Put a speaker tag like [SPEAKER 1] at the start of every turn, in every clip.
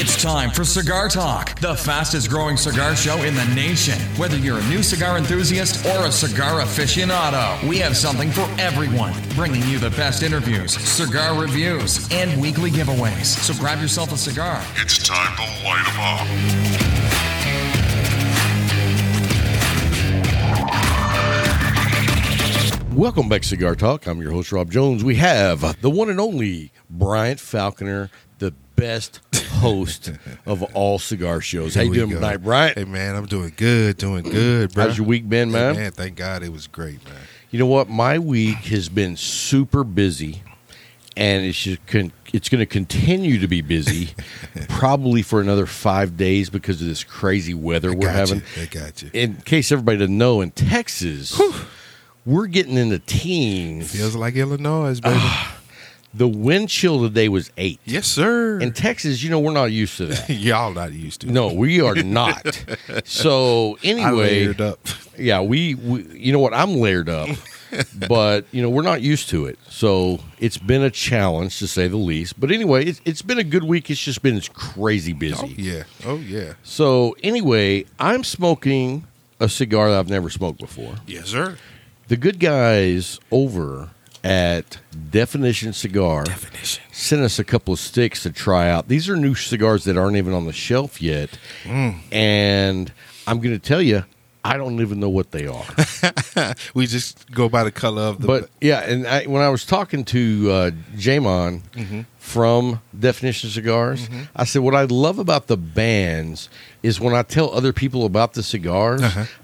[SPEAKER 1] It's time for Cigar Talk, the fastest growing cigar show in the nation. Whether you're a new cigar enthusiast or a cigar aficionado, we have something for everyone, bringing you the best interviews, cigar reviews, and weekly giveaways. So grab yourself a cigar.
[SPEAKER 2] It's time to light 'em up.
[SPEAKER 3] Welcome back to Cigar Talk. I'm your host, Rob Jones. We have the one and only Bryant Falconer, the best host of all cigar shows. How you
[SPEAKER 4] Here
[SPEAKER 3] doing
[SPEAKER 4] we go.
[SPEAKER 3] tonight, Bryant?
[SPEAKER 4] Hey man, I'm doing good, doing good, bro.
[SPEAKER 3] How's your week been, man?
[SPEAKER 4] Man, thank God it was great, man.
[SPEAKER 3] You know what? My week has been super busy, and it's just con- it's going to continue to be busy, probably for another five days because of this crazy weather we're
[SPEAKER 4] got
[SPEAKER 3] having.
[SPEAKER 4] you. I got you.
[SPEAKER 3] In case everybody doesn't know, in Texas, we're getting in the teens.
[SPEAKER 4] Feels like Illinois, baby.
[SPEAKER 3] The wind chill today was eight.
[SPEAKER 4] Ah, yes, sir.
[SPEAKER 3] In Texas, you know, we're not used to that.
[SPEAKER 4] Y'all not used to. it.
[SPEAKER 3] No, we are not. So
[SPEAKER 4] I
[SPEAKER 3] anyway,
[SPEAKER 4] layered up.
[SPEAKER 3] yeah, we, we, you know what, I'm layered up, but you know, we're not used to it. So it's been a challenge to say the least. But anyway, it's, it's been a good week. It's just been crazy busy.
[SPEAKER 4] Yeah. Oh yeah.
[SPEAKER 3] So anyway, I'm smoking a cigar that I've never smoked before.
[SPEAKER 4] Yes, sir.
[SPEAKER 3] The good guys over at Definition Cigar
[SPEAKER 4] Definition.
[SPEAKER 3] sent us a couple of sticks to try out. These are new cigars that aren't even on the shelf yet. And I'm going to tell you, I don't even know what they are.
[SPEAKER 4] We just go by the color of the.
[SPEAKER 3] but yeah, and I, when I was talking to uh, Jamon
[SPEAKER 4] Mm-hmm.
[SPEAKER 3] from Definition Cigars, I said, What I love about the bands is when I tell other people about the cigars,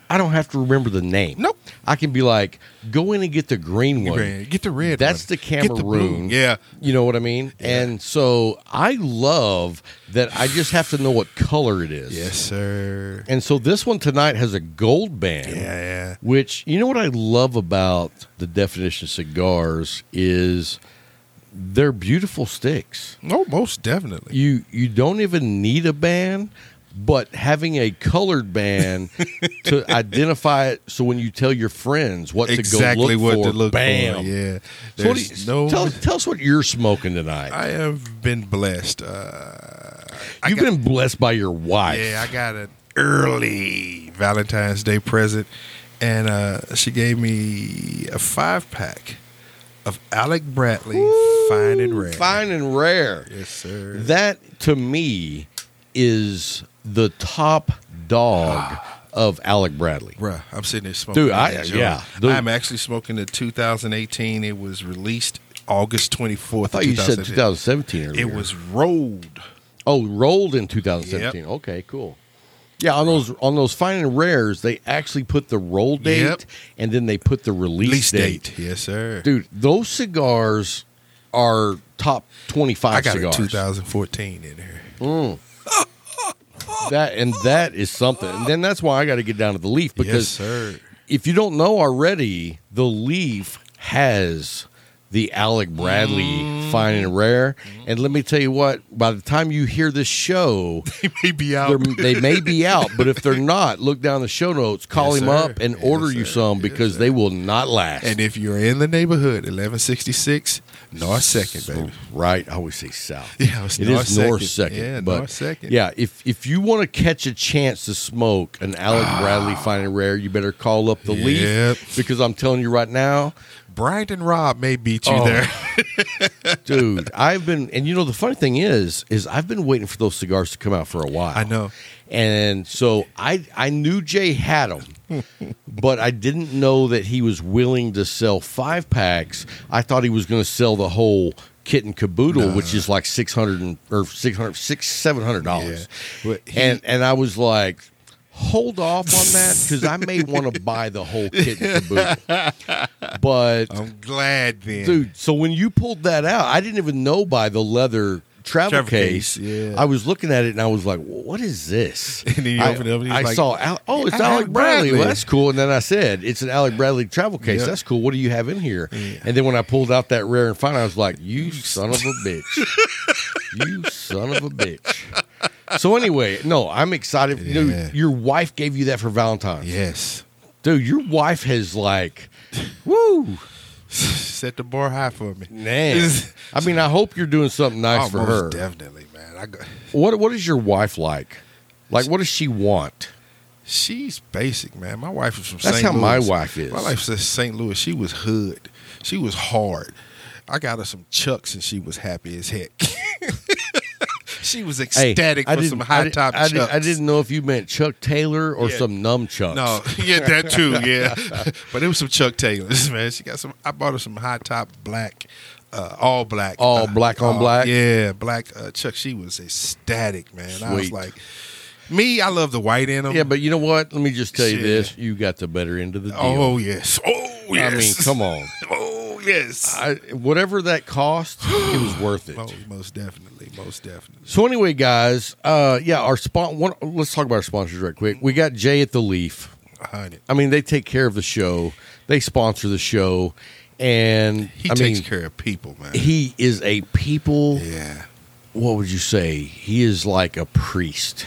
[SPEAKER 3] I don't have to remember the name.
[SPEAKER 4] Uh-huh. Nope.
[SPEAKER 3] I can be like, Go in and get the green one.
[SPEAKER 4] Red. Get the red
[SPEAKER 3] That's the
[SPEAKER 4] one. Get the blue.
[SPEAKER 3] Cameroon.
[SPEAKER 4] Yeah.
[SPEAKER 3] You know what I mean? And so I love that I just have to know what color it is.
[SPEAKER 4] yes, sir.
[SPEAKER 3] And so this one tonight has a gold band.
[SPEAKER 4] Yeah, yeah.
[SPEAKER 3] Which you know what I love about the definition cigars is they're beautiful sticks.
[SPEAKER 4] No, most definitely.
[SPEAKER 3] You you don't even need a band, but having a colored band to identify it so when you tell your friends what to
[SPEAKER 4] exactly
[SPEAKER 3] go look
[SPEAKER 4] what
[SPEAKER 3] for,
[SPEAKER 4] to look
[SPEAKER 3] bam.
[SPEAKER 4] for. Yeah.
[SPEAKER 3] So what do
[SPEAKER 4] There's
[SPEAKER 3] you-
[SPEAKER 4] no.
[SPEAKER 3] tell, tell us what you're smoking tonight.
[SPEAKER 4] I have been blessed. Uh, I
[SPEAKER 3] You've
[SPEAKER 4] got-
[SPEAKER 3] been blessed by your wife.
[SPEAKER 4] Yeah, I got an early Valentine's Day present, and uh, she gave me a five pack of Alec Bradley Fine and Rare.
[SPEAKER 3] Fine and rare.
[SPEAKER 4] yes, sir.
[SPEAKER 3] That to me is the top dog
[SPEAKER 4] Ah.
[SPEAKER 3] of Alec Bradley.
[SPEAKER 4] Bruh, I'm sitting there smoking.
[SPEAKER 3] Dude, I-
[SPEAKER 4] that
[SPEAKER 3] yeah,
[SPEAKER 4] joint.
[SPEAKER 3] dude.
[SPEAKER 4] I'm actually smoking the 2018. It was released August 24th.
[SPEAKER 3] I thought you said 2017 earlier.
[SPEAKER 4] It was rolled.
[SPEAKER 3] oh rolled in 2017.
[SPEAKER 4] Yep.
[SPEAKER 3] Okay, cool. Yeah, on those on those fine and rares, they actually put the roll date
[SPEAKER 4] Yep.
[SPEAKER 3] and then they put the release,
[SPEAKER 4] Release
[SPEAKER 3] date.
[SPEAKER 4] date. Yes, sir.
[SPEAKER 3] Dude, those cigars are top 25
[SPEAKER 4] I got
[SPEAKER 3] cigars. Mm.
[SPEAKER 4] a 2014 in here.
[SPEAKER 3] That and that is something. And then that's why I got to get down to the leaf because
[SPEAKER 4] yes, sir.
[SPEAKER 3] if you don't know already, the Leaf has the Alec Bradley
[SPEAKER 4] Mm.
[SPEAKER 3] fine and rare. And let me tell you what, by the time you hear this show,
[SPEAKER 4] He may be out.
[SPEAKER 3] they're- they may be out. But if they're not, look down the show notes, call
[SPEAKER 4] Yes,
[SPEAKER 3] him
[SPEAKER 4] sir.
[SPEAKER 3] up, and
[SPEAKER 4] Yes,
[SPEAKER 3] order you
[SPEAKER 4] sir.
[SPEAKER 3] some
[SPEAKER 4] Yes,
[SPEAKER 3] because they will not last.
[SPEAKER 4] And if you're in the neighborhood, 1166 North Second, baby.
[SPEAKER 3] Right, I always say south.
[SPEAKER 4] Yeah, it's
[SPEAKER 3] It
[SPEAKER 4] North
[SPEAKER 3] is north
[SPEAKER 4] Second.
[SPEAKER 3] second.
[SPEAKER 4] Yeah,
[SPEAKER 3] but
[SPEAKER 4] North Second.
[SPEAKER 3] Yeah, if if you want to catch a chance to smoke an Alec Bradley fine and rare, you better call up the
[SPEAKER 4] Ah. Yep.
[SPEAKER 3] leaf because I'm telling you right now,
[SPEAKER 4] Brian and Rob may beat you
[SPEAKER 3] Oh.
[SPEAKER 4] there.
[SPEAKER 3] dude i've been and you know the funny thing is is i've been waiting for those cigars to come out for a while
[SPEAKER 4] I know.
[SPEAKER 3] and so i i knew jay had them but i didn't know that he was willing to sell five packs i thought he was going to sell the whole kit and caboodle which is like 600 and, or 600 six, 700 dollars
[SPEAKER 4] But he-
[SPEAKER 3] and and i was like hold off on that because i may want to buy the whole kit and caboodle but
[SPEAKER 4] I'm glad then.
[SPEAKER 3] dude. So when you pulled that out, I didn't even know by the leather travel,
[SPEAKER 4] Travel
[SPEAKER 3] case.
[SPEAKER 4] case, yeah.
[SPEAKER 3] I was looking at it and I was like, "What is this?"
[SPEAKER 4] And then you
[SPEAKER 3] I,
[SPEAKER 4] opened it up and he's
[SPEAKER 3] I
[SPEAKER 4] like,
[SPEAKER 3] saw, Al- "Oh, it's
[SPEAKER 4] "Alec
[SPEAKER 3] Alec Bradley. Well,
[SPEAKER 4] Bradley."
[SPEAKER 3] that's cool." And then I said, "It's an Alec Bradley travel case.
[SPEAKER 4] Yeah.
[SPEAKER 3] That's cool. What do you have in here?" And then when I pulled out that rare and fine, I was like, "You son of a bitch! you son of a bitch!" So anyway, no, I'm excited.
[SPEAKER 4] Yeah.
[SPEAKER 3] Dude, your wife gave you that for Valentine's.
[SPEAKER 4] Yes.
[SPEAKER 3] Dude, your wife has like, woo.
[SPEAKER 4] Set the bar high for me.
[SPEAKER 3] Man, I mean, I hope you're doing something nice
[SPEAKER 4] Oh,
[SPEAKER 3] for
[SPEAKER 4] most
[SPEAKER 3] her.
[SPEAKER 4] definitely, man. I I go,
[SPEAKER 3] What What is your wife like? Like, what does she want?
[SPEAKER 4] she's basic, man. My wife is from
[SPEAKER 3] That's
[SPEAKER 4] St.
[SPEAKER 3] how my
[SPEAKER 4] Louis.
[SPEAKER 3] wife is.
[SPEAKER 4] My wife's from St. Louis. She was hood. She was hard. I got her some chucks and she was happy as heck. she was ecstatic
[SPEAKER 3] I
[SPEAKER 4] for
[SPEAKER 3] didn't-
[SPEAKER 4] some
[SPEAKER 3] I
[SPEAKER 4] high
[SPEAKER 3] didn't-
[SPEAKER 4] top
[SPEAKER 3] I, didn't-
[SPEAKER 4] chucks.
[SPEAKER 3] I didn't know if you meant Chuck Taylor or
[SPEAKER 4] Yeah.
[SPEAKER 3] some numb chucks.
[SPEAKER 4] No, yeah, that too, yeah. but it was some Chuck Taylors, man. She got some. I bought her some high top black, uh, all black,
[SPEAKER 3] All
[SPEAKER 4] uh,
[SPEAKER 3] black on
[SPEAKER 4] uh,
[SPEAKER 3] black?
[SPEAKER 4] Yeah, black uh, Chuck. She was ecstatic, man. I was
[SPEAKER 3] Sweet.
[SPEAKER 4] like, me, I love the white in 'em.
[SPEAKER 3] Yeah, but you know what? Let me just tell you
[SPEAKER 4] Yeah.
[SPEAKER 3] this: you got the better end of the deal.
[SPEAKER 4] oh yes, oh yes.
[SPEAKER 3] I mean, come on.
[SPEAKER 4] Oh yes.
[SPEAKER 3] I, whatever that cost, it was worth it.
[SPEAKER 4] oh, most definitely, most definitely.
[SPEAKER 3] So anyway, guys, uh, yeah, our spon- one, Let's talk about our sponsors right quick. We got Jay at the Leaf.
[SPEAKER 4] A hundred.
[SPEAKER 3] I mean, they take care of the show. They sponsor the show, and
[SPEAKER 4] He
[SPEAKER 3] I
[SPEAKER 4] takes
[SPEAKER 3] mean,
[SPEAKER 4] care of people, man.
[SPEAKER 3] he is a people.
[SPEAKER 4] yeah.
[SPEAKER 3] What would you say? He is like a priest.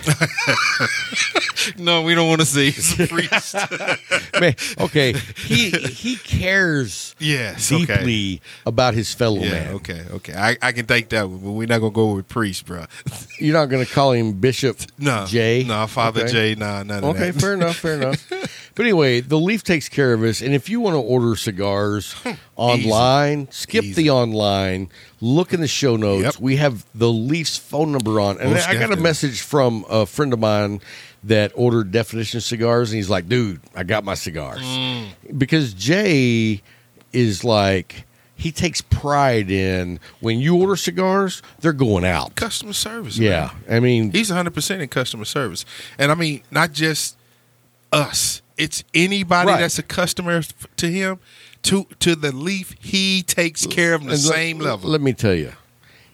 [SPEAKER 4] No, we don't want to see. He's a priest.
[SPEAKER 3] Man, okay, he he cares
[SPEAKER 4] yes.
[SPEAKER 3] deeply
[SPEAKER 4] Okay.
[SPEAKER 3] about his fellow
[SPEAKER 4] Yeah,
[SPEAKER 3] Oh, man.
[SPEAKER 4] okay, okay. I, I can take that one, but we're not gonna go with priest, bro.
[SPEAKER 3] You're not going to call him Bishop
[SPEAKER 4] No,
[SPEAKER 3] Jay.
[SPEAKER 4] no, Father
[SPEAKER 3] Okay.
[SPEAKER 4] J, nah, none of
[SPEAKER 3] Okay,
[SPEAKER 4] that.
[SPEAKER 3] fair enough, fair enough. But anyway, the Leaf takes care of us, and if you want to order cigars online, skip
[SPEAKER 4] Easy.
[SPEAKER 3] the online, look in the show notes.
[SPEAKER 4] Yep.
[SPEAKER 3] We have the Leaf's phone number on, and
[SPEAKER 4] Most
[SPEAKER 3] I got a
[SPEAKER 4] definitely.
[SPEAKER 3] message from a friend of mine that ordered Definition cigars, and he's like, "Dude, I got my cigars," because Jay is like. He takes pride in when you order cigars, they're going out.
[SPEAKER 4] Customer service.
[SPEAKER 3] Yeah,
[SPEAKER 4] man.
[SPEAKER 3] I mean,
[SPEAKER 4] he's 100 percent in customer service, and I mean not just us. It's anybody
[SPEAKER 3] Right.
[SPEAKER 4] that's a customer f- to him, to to the leaf. He takes care of them the
[SPEAKER 3] And let-
[SPEAKER 4] same level.
[SPEAKER 3] Let me tell you,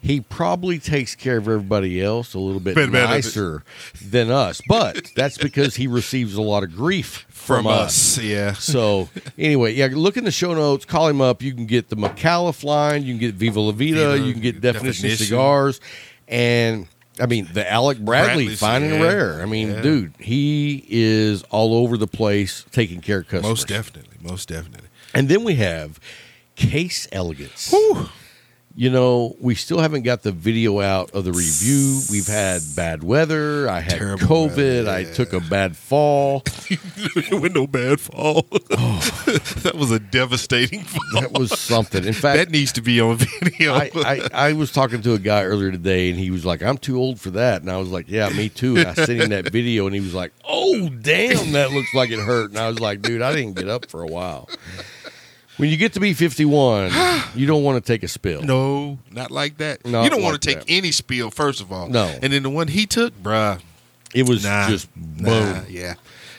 [SPEAKER 3] he probably takes care of everybody else a little bit
[SPEAKER 4] Bit better than-
[SPEAKER 3] nicer than us, but that's because he receives a lot of grief from, us.
[SPEAKER 4] yeah.
[SPEAKER 3] So anyway, yeah, look in the show notes. Call him up. You can get the McAuliffe line. You can get Viva La Vida.
[SPEAKER 4] Viva,
[SPEAKER 3] you can get Definition,
[SPEAKER 4] Definition.
[SPEAKER 3] Cigars, and I mean the Alec Bradley
[SPEAKER 4] Bradley's,
[SPEAKER 3] Fine and
[SPEAKER 4] yeah.
[SPEAKER 3] Rare. I mean,
[SPEAKER 4] Yeah.
[SPEAKER 3] dude, he is all over the place taking care of customers.
[SPEAKER 4] Most definitely, most definitely.
[SPEAKER 3] And then we have Case Elegance. You know, we still haven't got the video out of the review. We've had bad weather. I had
[SPEAKER 4] Terrible
[SPEAKER 3] COVID.
[SPEAKER 4] weather,
[SPEAKER 3] I
[SPEAKER 4] yeah.
[SPEAKER 3] took a bad fall.
[SPEAKER 4] With no bad fall.
[SPEAKER 3] Oh.
[SPEAKER 4] that was a devastating fall.
[SPEAKER 3] That was something. In
[SPEAKER 4] That
[SPEAKER 3] fact,
[SPEAKER 4] needs to be on video.
[SPEAKER 3] I, I, I was talking to a guy earlier today, and he was like, I'm too old for that. And I was like, Yeah, me too. And I sent him that video, and he was like, Oh, damn, that looks like it hurt. And I was like, Dude, I didn't get up for a while. When you get to be 51, you don't want to take a spill.
[SPEAKER 4] No, not like that.
[SPEAKER 3] Not
[SPEAKER 4] you don't
[SPEAKER 3] like
[SPEAKER 4] want to take
[SPEAKER 3] that.
[SPEAKER 4] any spill, first of all.
[SPEAKER 3] No.
[SPEAKER 4] And then the one he took, bruh.
[SPEAKER 3] It was
[SPEAKER 4] Nah.
[SPEAKER 3] just boom.
[SPEAKER 4] Nah, yeah.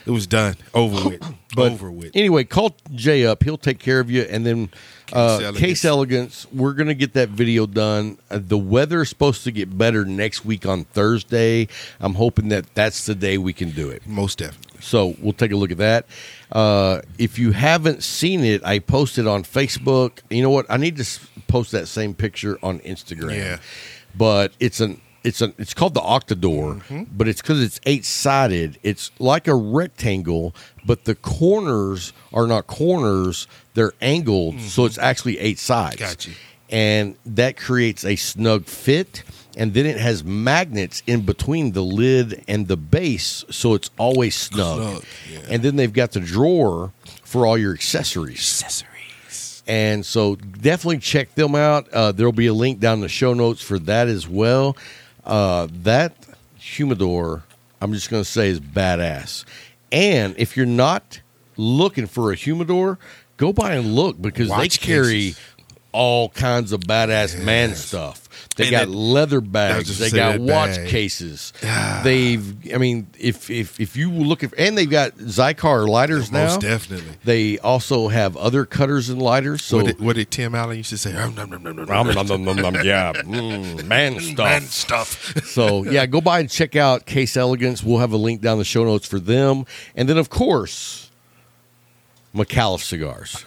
[SPEAKER 4] It was done. Over with.
[SPEAKER 3] But
[SPEAKER 4] Over with.
[SPEAKER 3] Anyway, call Jay up. He'll take care of you. And then uh,
[SPEAKER 4] Elegance.
[SPEAKER 3] Case Elegance, we're going to get that video done. Uh, the weather is supposed to get better next week on Thursday. I'm hoping that that's the day we can do it.
[SPEAKER 4] Most definitely.
[SPEAKER 3] So we'll take a look at that. Uh, if you haven't seen it, I posted on Facebook. You know what? I need to s- post that same picture on Instagram.
[SPEAKER 4] Yeah.
[SPEAKER 3] But it's an it's an it's called the octador, but it's because it's eight sided. It's like a rectangle, but the corners are not corners; they're angled, so it's actually eight sides.
[SPEAKER 4] Got you.
[SPEAKER 3] And that creates a snug fit. And then it has magnets in between the lid and the base, so it's always snug.
[SPEAKER 4] Snug, yeah.
[SPEAKER 3] And then they've got the drawer for all your accessories.
[SPEAKER 4] Accessories.
[SPEAKER 3] And so definitely check them out. Uh, there'll be a link down in the show notes for that as well. Uh, that humidor, I'm just going to say, is badass. And if you're not looking for a humidor, go by and look because
[SPEAKER 4] Watch
[SPEAKER 3] they carry
[SPEAKER 4] cases.
[SPEAKER 3] all kinds of badass man stuff. They
[SPEAKER 4] And
[SPEAKER 3] got
[SPEAKER 4] that-
[SPEAKER 3] leather
[SPEAKER 4] just
[SPEAKER 3] bags. They
[SPEAKER 4] say
[SPEAKER 3] got
[SPEAKER 4] that
[SPEAKER 3] watch
[SPEAKER 4] bag.
[SPEAKER 3] cases. They've, I mean, if if if you look at, and they've got Zycar lighters now.
[SPEAKER 4] Most definitely.
[SPEAKER 3] They also have other cutters and lighters. So
[SPEAKER 4] what, did, what did Tim Allen used to say? Nom, nom, nom, nom, nom,
[SPEAKER 3] Nom,
[SPEAKER 4] nom,
[SPEAKER 3] nom, nom, nom, nom, yeah, Mm, man stuff.
[SPEAKER 4] Man stuff.
[SPEAKER 3] So yeah, go by and check out Case Elegance. We'll have a link down in the show notes for them, and then of course, McAuliffe cigars.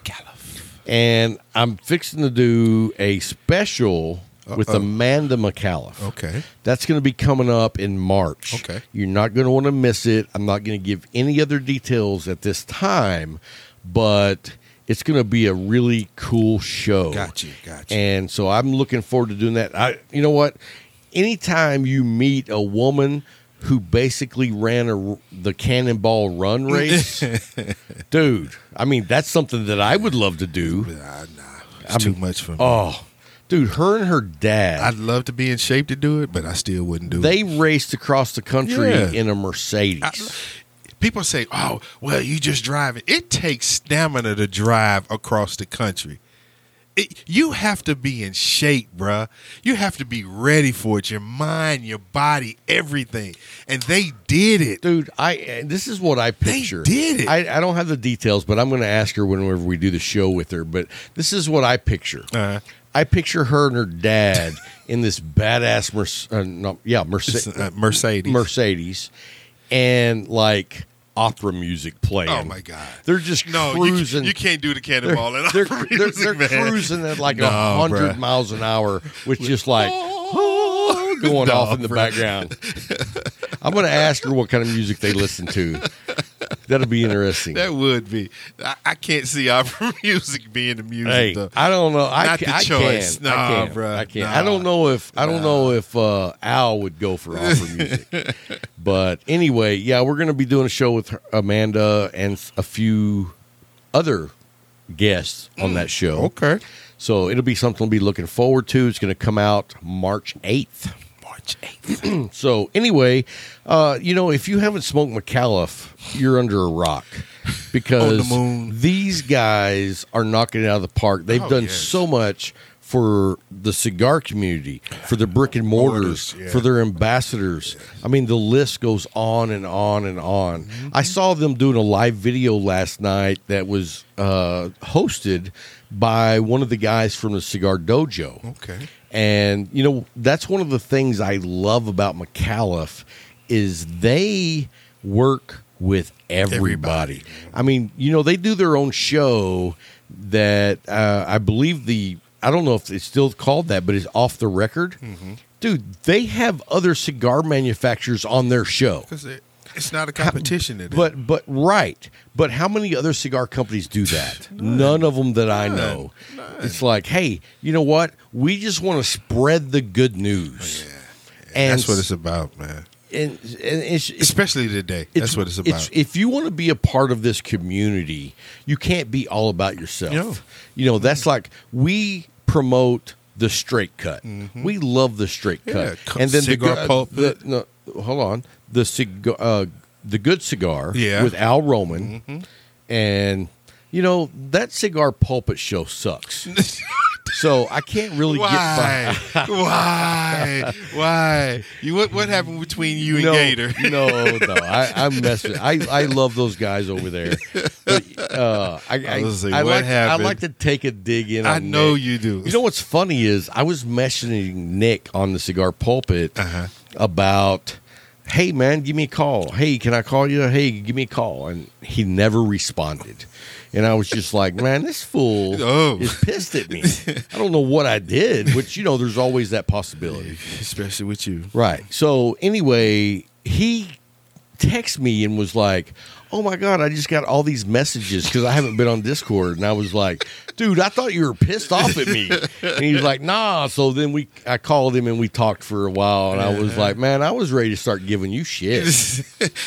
[SPEAKER 3] And I'm fixing to do a special with Amanda McAuliffe.
[SPEAKER 4] Okay.
[SPEAKER 3] That's going to be coming up in March.
[SPEAKER 4] Okay.
[SPEAKER 3] You're not going to want to miss it. I'm not going to give any other details at this time, but it's going to be a really cool show.
[SPEAKER 4] Got you, got you.
[SPEAKER 3] And so I'm looking forward to doing that. I, you know what? anytime you meet a woman who basically ran a, the cannonball run race, dude, I mean, that's something that I would love to do.
[SPEAKER 4] Nah, nah, it's too much for me.
[SPEAKER 3] Oh, dude, her and her
[SPEAKER 4] I'd
[SPEAKER 3] dad,
[SPEAKER 4] love to be in shape to do it, but I still wouldn't do it.
[SPEAKER 3] they raced across the country
[SPEAKER 4] Yeah.
[SPEAKER 3] in a Mercedes.
[SPEAKER 4] People say, "Oh, well, you just drive it." It takes stamina to drive across the country. It, you have to be in shape, bruh. You have to be ready for it. Your mind, your body, everything. And they did it.
[SPEAKER 3] dude i and this is what i picture
[SPEAKER 4] did it.
[SPEAKER 3] I, I don't have the details but i'm going to ask her whenever we do the show with her but this is what i picture
[SPEAKER 4] Uh-huh.
[SPEAKER 3] i picture her and her dad in this badass Merce- uh, no, yeah
[SPEAKER 4] It's,
[SPEAKER 3] mercedes
[SPEAKER 4] uh, Mercedes.
[SPEAKER 3] mercedes and like opera music playing
[SPEAKER 4] Oh my God.
[SPEAKER 3] they're just
[SPEAKER 4] No, you,
[SPEAKER 3] cruising
[SPEAKER 4] you can't do the cannonball and
[SPEAKER 3] they're,
[SPEAKER 4] opera
[SPEAKER 3] they're,
[SPEAKER 4] music,
[SPEAKER 3] they're
[SPEAKER 4] man.
[SPEAKER 3] cruising at like a
[SPEAKER 4] No,
[SPEAKER 3] 100
[SPEAKER 4] bruh.
[SPEAKER 3] miles an hour with just like Oh, going
[SPEAKER 4] No,
[SPEAKER 3] off in the
[SPEAKER 4] bruh.
[SPEAKER 3] background. I'm going to ask her what kind of music they listen to. That'll be interesting.
[SPEAKER 4] That would be. I, I can't see opera music being the music
[SPEAKER 3] hey,
[SPEAKER 4] though.
[SPEAKER 3] I don't know. I,
[SPEAKER 4] Not
[SPEAKER 3] ca-
[SPEAKER 4] the
[SPEAKER 3] I
[SPEAKER 4] choice.
[SPEAKER 3] can. I
[SPEAKER 4] Nah,
[SPEAKER 3] can.
[SPEAKER 4] bruh.
[SPEAKER 3] I can.
[SPEAKER 4] Nah.
[SPEAKER 3] I don't know if I don't know if uh, Al would go for opera music. but anyway, yeah, we're going to be doing a show with her, Amanda and a few other guests on that show.
[SPEAKER 4] Mm, okay.
[SPEAKER 3] So it'll be something we'll be looking forward to. It's going to come out March 8th.
[SPEAKER 4] March eighth.
[SPEAKER 3] So anyway, uh, you know, if you haven't smoked McAuliffe, you're under a rock
[SPEAKER 4] On the
[SPEAKER 3] because
[SPEAKER 4] moon.
[SPEAKER 3] these guys are knocking it out of the park. They've
[SPEAKER 4] Oh,
[SPEAKER 3] done
[SPEAKER 4] yes.
[SPEAKER 3] so much for the cigar community, for the brick and mortars,
[SPEAKER 4] Mortars, yeah.
[SPEAKER 3] for their ambassadors. I mean, the list goes on and on and on.
[SPEAKER 4] Mm-hmm.
[SPEAKER 3] I saw them doing a live video last night that was uh, hosted by one of the guys from the Cigar Dojo.
[SPEAKER 4] Okay.
[SPEAKER 3] And you know, that's one of the things I love about McAuliffe is they work with everybody.
[SPEAKER 4] Everybody.
[SPEAKER 3] I mean, you know, they do their own show that uh, I believe the I don't know if it's still called that, but it's off the record. Dude, they have other cigar manufacturers on their show.
[SPEAKER 4] Because it, it's not a competition. it is.
[SPEAKER 3] But but right. But how many other cigar companies do that? None, of them that I know. It's like, hey, you know what? We just want to spread the good news. And
[SPEAKER 4] Oh, that's what it's about, man.
[SPEAKER 3] and, and it's, it's
[SPEAKER 4] Especially today.
[SPEAKER 3] it's-
[SPEAKER 4] That's what it's about.
[SPEAKER 3] if you want to be a part of this community, you can't be all about yourself.
[SPEAKER 4] No.
[SPEAKER 3] You know, that's like we promote the straight cut. We love the straight
[SPEAKER 4] Mm-hmm. Yeah,
[SPEAKER 3] cut.
[SPEAKER 4] c- cigar
[SPEAKER 3] good- uh,
[SPEAKER 4] pulpit.
[SPEAKER 3] the- no, hold on. The cigar, uh, the good cigar
[SPEAKER 4] Yeah. Mm-hmm.
[SPEAKER 3] with Al Roman, and you know that cigar pulpit show sucks. so I can't really get by.
[SPEAKER 4] Why? Why? Why? You what? What happened between you and Gator?
[SPEAKER 3] no, no. I, I'm messing. I, I love those guys over there. But, uh, I, I,
[SPEAKER 4] I was gonna say,
[SPEAKER 3] I
[SPEAKER 4] what
[SPEAKER 3] like, I
[SPEAKER 4] happened?
[SPEAKER 3] like to take a dig in.
[SPEAKER 4] I
[SPEAKER 3] on
[SPEAKER 4] know
[SPEAKER 3] Nick.
[SPEAKER 4] you do.
[SPEAKER 3] You know what's funny is I was mentioning Nick on the cigar pulpit
[SPEAKER 4] Uh-huh.
[SPEAKER 3] about, hey man, give me a call. Hey, can I call you? Hey, give me a call. And he never responded. And I was just like, man, this fool
[SPEAKER 4] Oh.
[SPEAKER 3] is pissed at me. I don't know what I did, which you know, there's always that possibility.
[SPEAKER 4] Especially with you.
[SPEAKER 3] Right. So anyway, he texted me and was like, "Oh my god, I just got all these messages because I haven't been on Discord." And I was like, "Dude, I thought you were pissed off at me." And he was like, "Nah." So then we, I called him and we talked for a while, and I was like, "Man, I was ready to start giving you shit."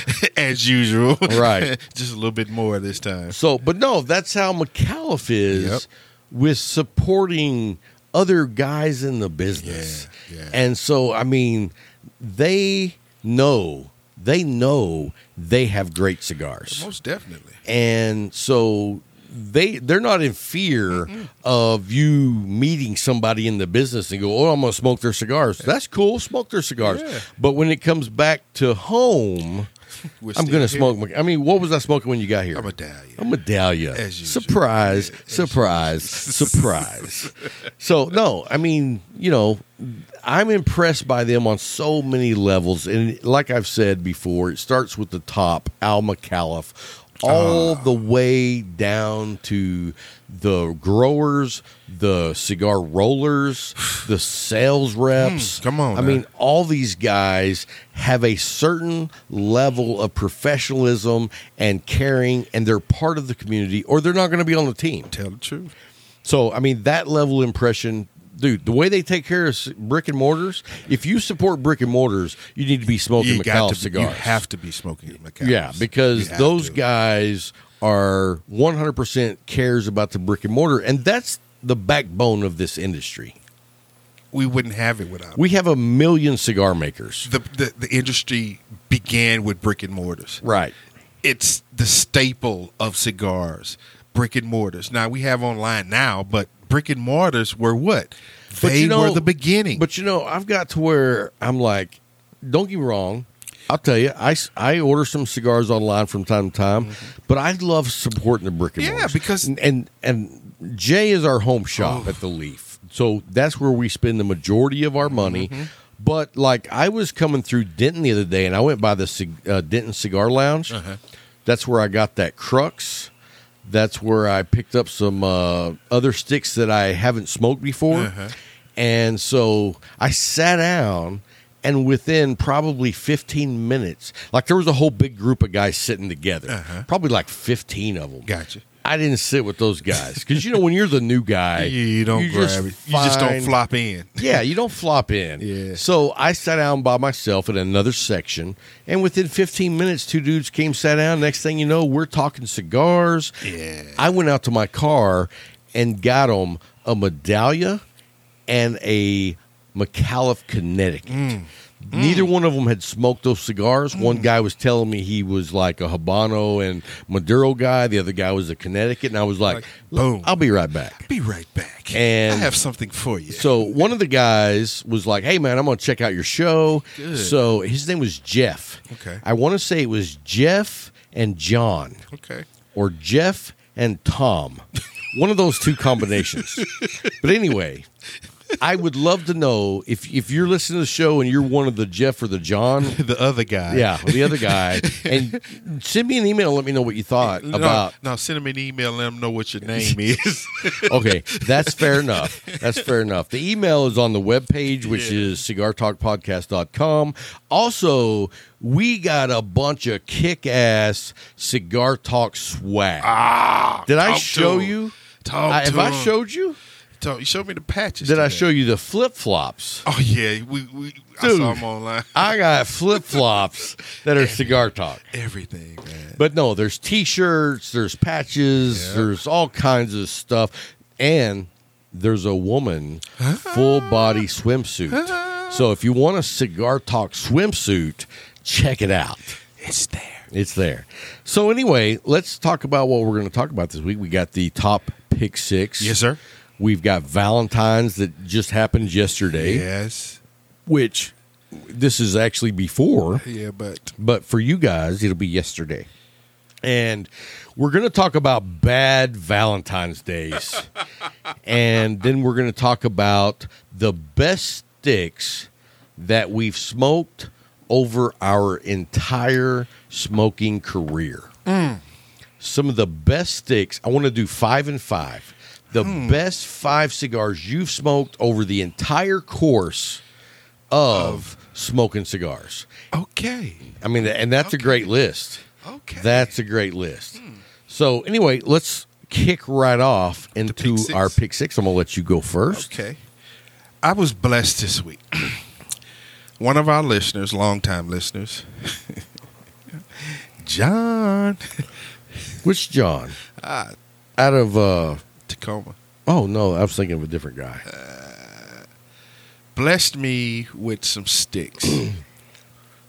[SPEAKER 4] As usual.
[SPEAKER 3] Right.
[SPEAKER 4] Just a little bit more this time.
[SPEAKER 3] So, but no, that's how McAuliffe is
[SPEAKER 4] Yep.
[SPEAKER 3] with supporting other guys in the business.
[SPEAKER 4] Yeah, yeah.
[SPEAKER 3] And so, I mean, they know, they know they have great cigars.
[SPEAKER 4] Most definitely.
[SPEAKER 3] And so they they're not in fear of you meeting somebody in the business and go, "Oh, I'm going to smoke their cigars." That's cool, smoke their cigars.
[SPEAKER 4] Yeah.
[SPEAKER 3] But when it comes back to home,
[SPEAKER 4] We're
[SPEAKER 3] I'm
[SPEAKER 4] still
[SPEAKER 3] going to
[SPEAKER 4] here.
[SPEAKER 3] smoke. my- I mean, what was I smoking when you got here?
[SPEAKER 4] I'm a dahlia.
[SPEAKER 3] A medallion.
[SPEAKER 4] As usual.
[SPEAKER 3] Surprise, surprise, surprise. So, no, I mean, you know, I'm impressed by them on so many levels. And like I've said before, it starts with the top, Al McAuliffe, all
[SPEAKER 4] Ah.
[SPEAKER 3] the way down to the growers, the cigar rollers, the sales reps.
[SPEAKER 4] Mm, come on
[SPEAKER 3] I
[SPEAKER 4] now.
[SPEAKER 3] mean, all these guys have a certain level of professionalism and caring, and they're part of the community, or they're not going to be on the team.
[SPEAKER 4] Tell the truth.
[SPEAKER 3] So, I mean, that level of impression dude, the way they take care of s- brick and mortars, if you support brick and mortars, you need to be smoking
[SPEAKER 4] you got
[SPEAKER 3] McAuliffe
[SPEAKER 4] to be, You
[SPEAKER 3] cigars.
[SPEAKER 4] have to be smoking McAllister.
[SPEAKER 3] Yeah, because
[SPEAKER 4] You have
[SPEAKER 3] those
[SPEAKER 4] to.
[SPEAKER 3] guys are 100% cares about the brick and mortar, and that's the backbone of this industry.
[SPEAKER 4] we wouldn't have it without.
[SPEAKER 3] We have a million cigar makers.
[SPEAKER 4] the, the the industry began with brick and mortars.
[SPEAKER 3] Right.
[SPEAKER 4] It's the staple of cigars, brick and mortars. Now we have online now, but brick and mortars were what? They were the beginning.
[SPEAKER 3] But you know, I've got to where I'm like, don't get me wrong. I'll tell you, I, s- I order some cigars online from time to time, but I love supporting the brick and
[SPEAKER 4] Mm-hmm. Yeah,
[SPEAKER 3] mortars.
[SPEAKER 4] because- Oh.
[SPEAKER 3] and, and and Jay is our home shop at the Leaf, so that's where we spend the majority of our money.
[SPEAKER 4] Mm-hmm.
[SPEAKER 3] But like I was coming through Denton the other day, and I went by the cig- uh, Denton Cigar Lounge.
[SPEAKER 4] Uh-huh.
[SPEAKER 3] That's where I got that Crux. That's where I picked up some uh, other sticks that I haven't smoked before.
[SPEAKER 4] Uh-huh.
[SPEAKER 3] And so I sat down, and within probably 15 minutes, like there was a whole big group of guys sitting together, probably like 15 of them.
[SPEAKER 4] Uh-huh. Gotcha.
[SPEAKER 3] I didn't sit with those guys because you know when you're the new guy,
[SPEAKER 4] you, you don't grab
[SPEAKER 3] just
[SPEAKER 4] it. You just don't
[SPEAKER 3] find-
[SPEAKER 4] flop in.
[SPEAKER 3] yeah, you don't flop in.
[SPEAKER 4] Yeah.
[SPEAKER 3] So I sat down by myself in another section, and within 15 minutes, two dudes came, sat down. Next thing you know, we're talking cigars.
[SPEAKER 4] Yeah.
[SPEAKER 3] I went out to my car and got them a medallia and a McAuliffe Connecticut.
[SPEAKER 4] Mm.
[SPEAKER 3] Neither one of them had smoked those cigars. One guy was telling me he was like a Habano and Maduro guy. The other guy was a Connecticut, and I was like,
[SPEAKER 4] Like, boom.
[SPEAKER 3] I'll be right back."
[SPEAKER 4] Be right back.
[SPEAKER 3] And-
[SPEAKER 4] I have something for you.
[SPEAKER 3] So one of the guys was like, "Hey man, I'm gonna check out your show."
[SPEAKER 4] Good.
[SPEAKER 3] So his name was Jeff.
[SPEAKER 4] Okay.
[SPEAKER 3] I want to say it was Jeff and John,
[SPEAKER 4] okay.
[SPEAKER 3] or Jeff and Tom, one of those two combinations. but anyway, I would love to know if if you're listening to the show and you're one of the Jeff or the John.
[SPEAKER 4] The other guy.
[SPEAKER 3] Yeah, the other guy, and send me an email. and Let me know what you thought
[SPEAKER 4] No,
[SPEAKER 3] about
[SPEAKER 4] no, send him an email and let him know what your name is.
[SPEAKER 3] okay, that's fair enough. That's fair enough. The email is on the webpage, which
[SPEAKER 4] Yeah.
[SPEAKER 3] is cigartalkpodcast.com. Also, we got a bunch of kick ass cigar talk swag.
[SPEAKER 4] ah,
[SPEAKER 3] Did I
[SPEAKER 4] talk to
[SPEAKER 3] show
[SPEAKER 4] him.
[SPEAKER 3] you?
[SPEAKER 4] Talk
[SPEAKER 3] I,
[SPEAKER 4] to
[SPEAKER 3] have I
[SPEAKER 4] him.
[SPEAKER 3] showed you?
[SPEAKER 4] Talk- you showed me the patches.
[SPEAKER 3] Did I
[SPEAKER 4] today.
[SPEAKER 3] show you the flip flops?
[SPEAKER 4] Oh yeah, we, we I
[SPEAKER 3] Dude.
[SPEAKER 4] saw him online.
[SPEAKER 3] I got flip flops that are cigar talk.
[SPEAKER 4] Everything, man.
[SPEAKER 3] But no, there's t-shirts, there's patches, there's all kinds of stuff, and there's a woman full body swimsuit. So if you want a cigar talk swimsuit, check it out.
[SPEAKER 4] It's there.
[SPEAKER 3] It's there. So anyway, let's talk about what we're going to talk about this week. We got the top pick six.
[SPEAKER 4] Yes, sir.
[SPEAKER 3] We've got Valentine's that just happened yesterday,
[SPEAKER 4] Yes.
[SPEAKER 3] which this is actually before
[SPEAKER 4] Yeah, but
[SPEAKER 3] but for you guys, it'll be yesterday. And we're going to talk about bad Valentine's Days. and then we're going to talk about the best sticks that we've smoked over our entire smoking career. Some of the best sticks. I want to do five and five. The best five cigars you've smoked over the entire course of smoking cigars.
[SPEAKER 4] okay,
[SPEAKER 3] I mean, and that's a great list.
[SPEAKER 4] okay. Hmm.
[SPEAKER 3] That's a great list. So anyway, let's kick right off into
[SPEAKER 4] pick six.
[SPEAKER 3] our pick six. I'm gonna let you go first.
[SPEAKER 4] okay. I was blessed this week. One of our listeners, longtime listeners, John
[SPEAKER 3] Which John?
[SPEAKER 4] Ah.
[SPEAKER 3] Out of uh
[SPEAKER 4] Tacoma,
[SPEAKER 3] oh no, I was thinking of a different guy.
[SPEAKER 4] Uh, blessed me with some sticks,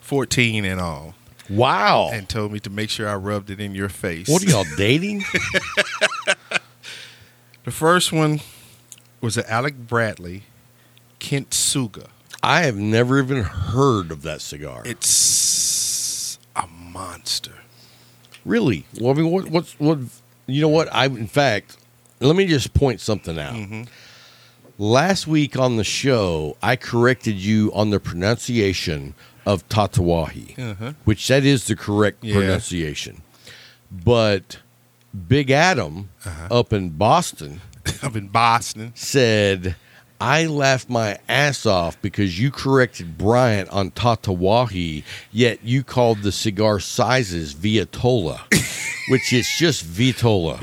[SPEAKER 4] fourteen in all,
[SPEAKER 3] Wow.
[SPEAKER 4] and told me to make sure I rubbed it in your face.
[SPEAKER 3] What are y'all dating?
[SPEAKER 4] The first one was an Alec Bradley Kintsuga.
[SPEAKER 3] I have never even heard of that cigar.
[SPEAKER 4] It's a monster.
[SPEAKER 3] really? Well, I mean, what, what's what? You know what? I in fact, let me just point something out.
[SPEAKER 4] Mm-hmm.
[SPEAKER 3] Last week on the show, I corrected you on the pronunciation of Tatawahi,
[SPEAKER 4] Uh-huh.
[SPEAKER 3] which that is the correct
[SPEAKER 4] Yeah.
[SPEAKER 3] pronunciation. But Big Adam
[SPEAKER 4] Uh-huh.
[SPEAKER 3] up in Boston
[SPEAKER 4] I'm in Boston.
[SPEAKER 3] said, I laughed my ass off because you corrected Bryant on Tatawahi, yet you called the cigar sizes Vitola, which is just Vitola.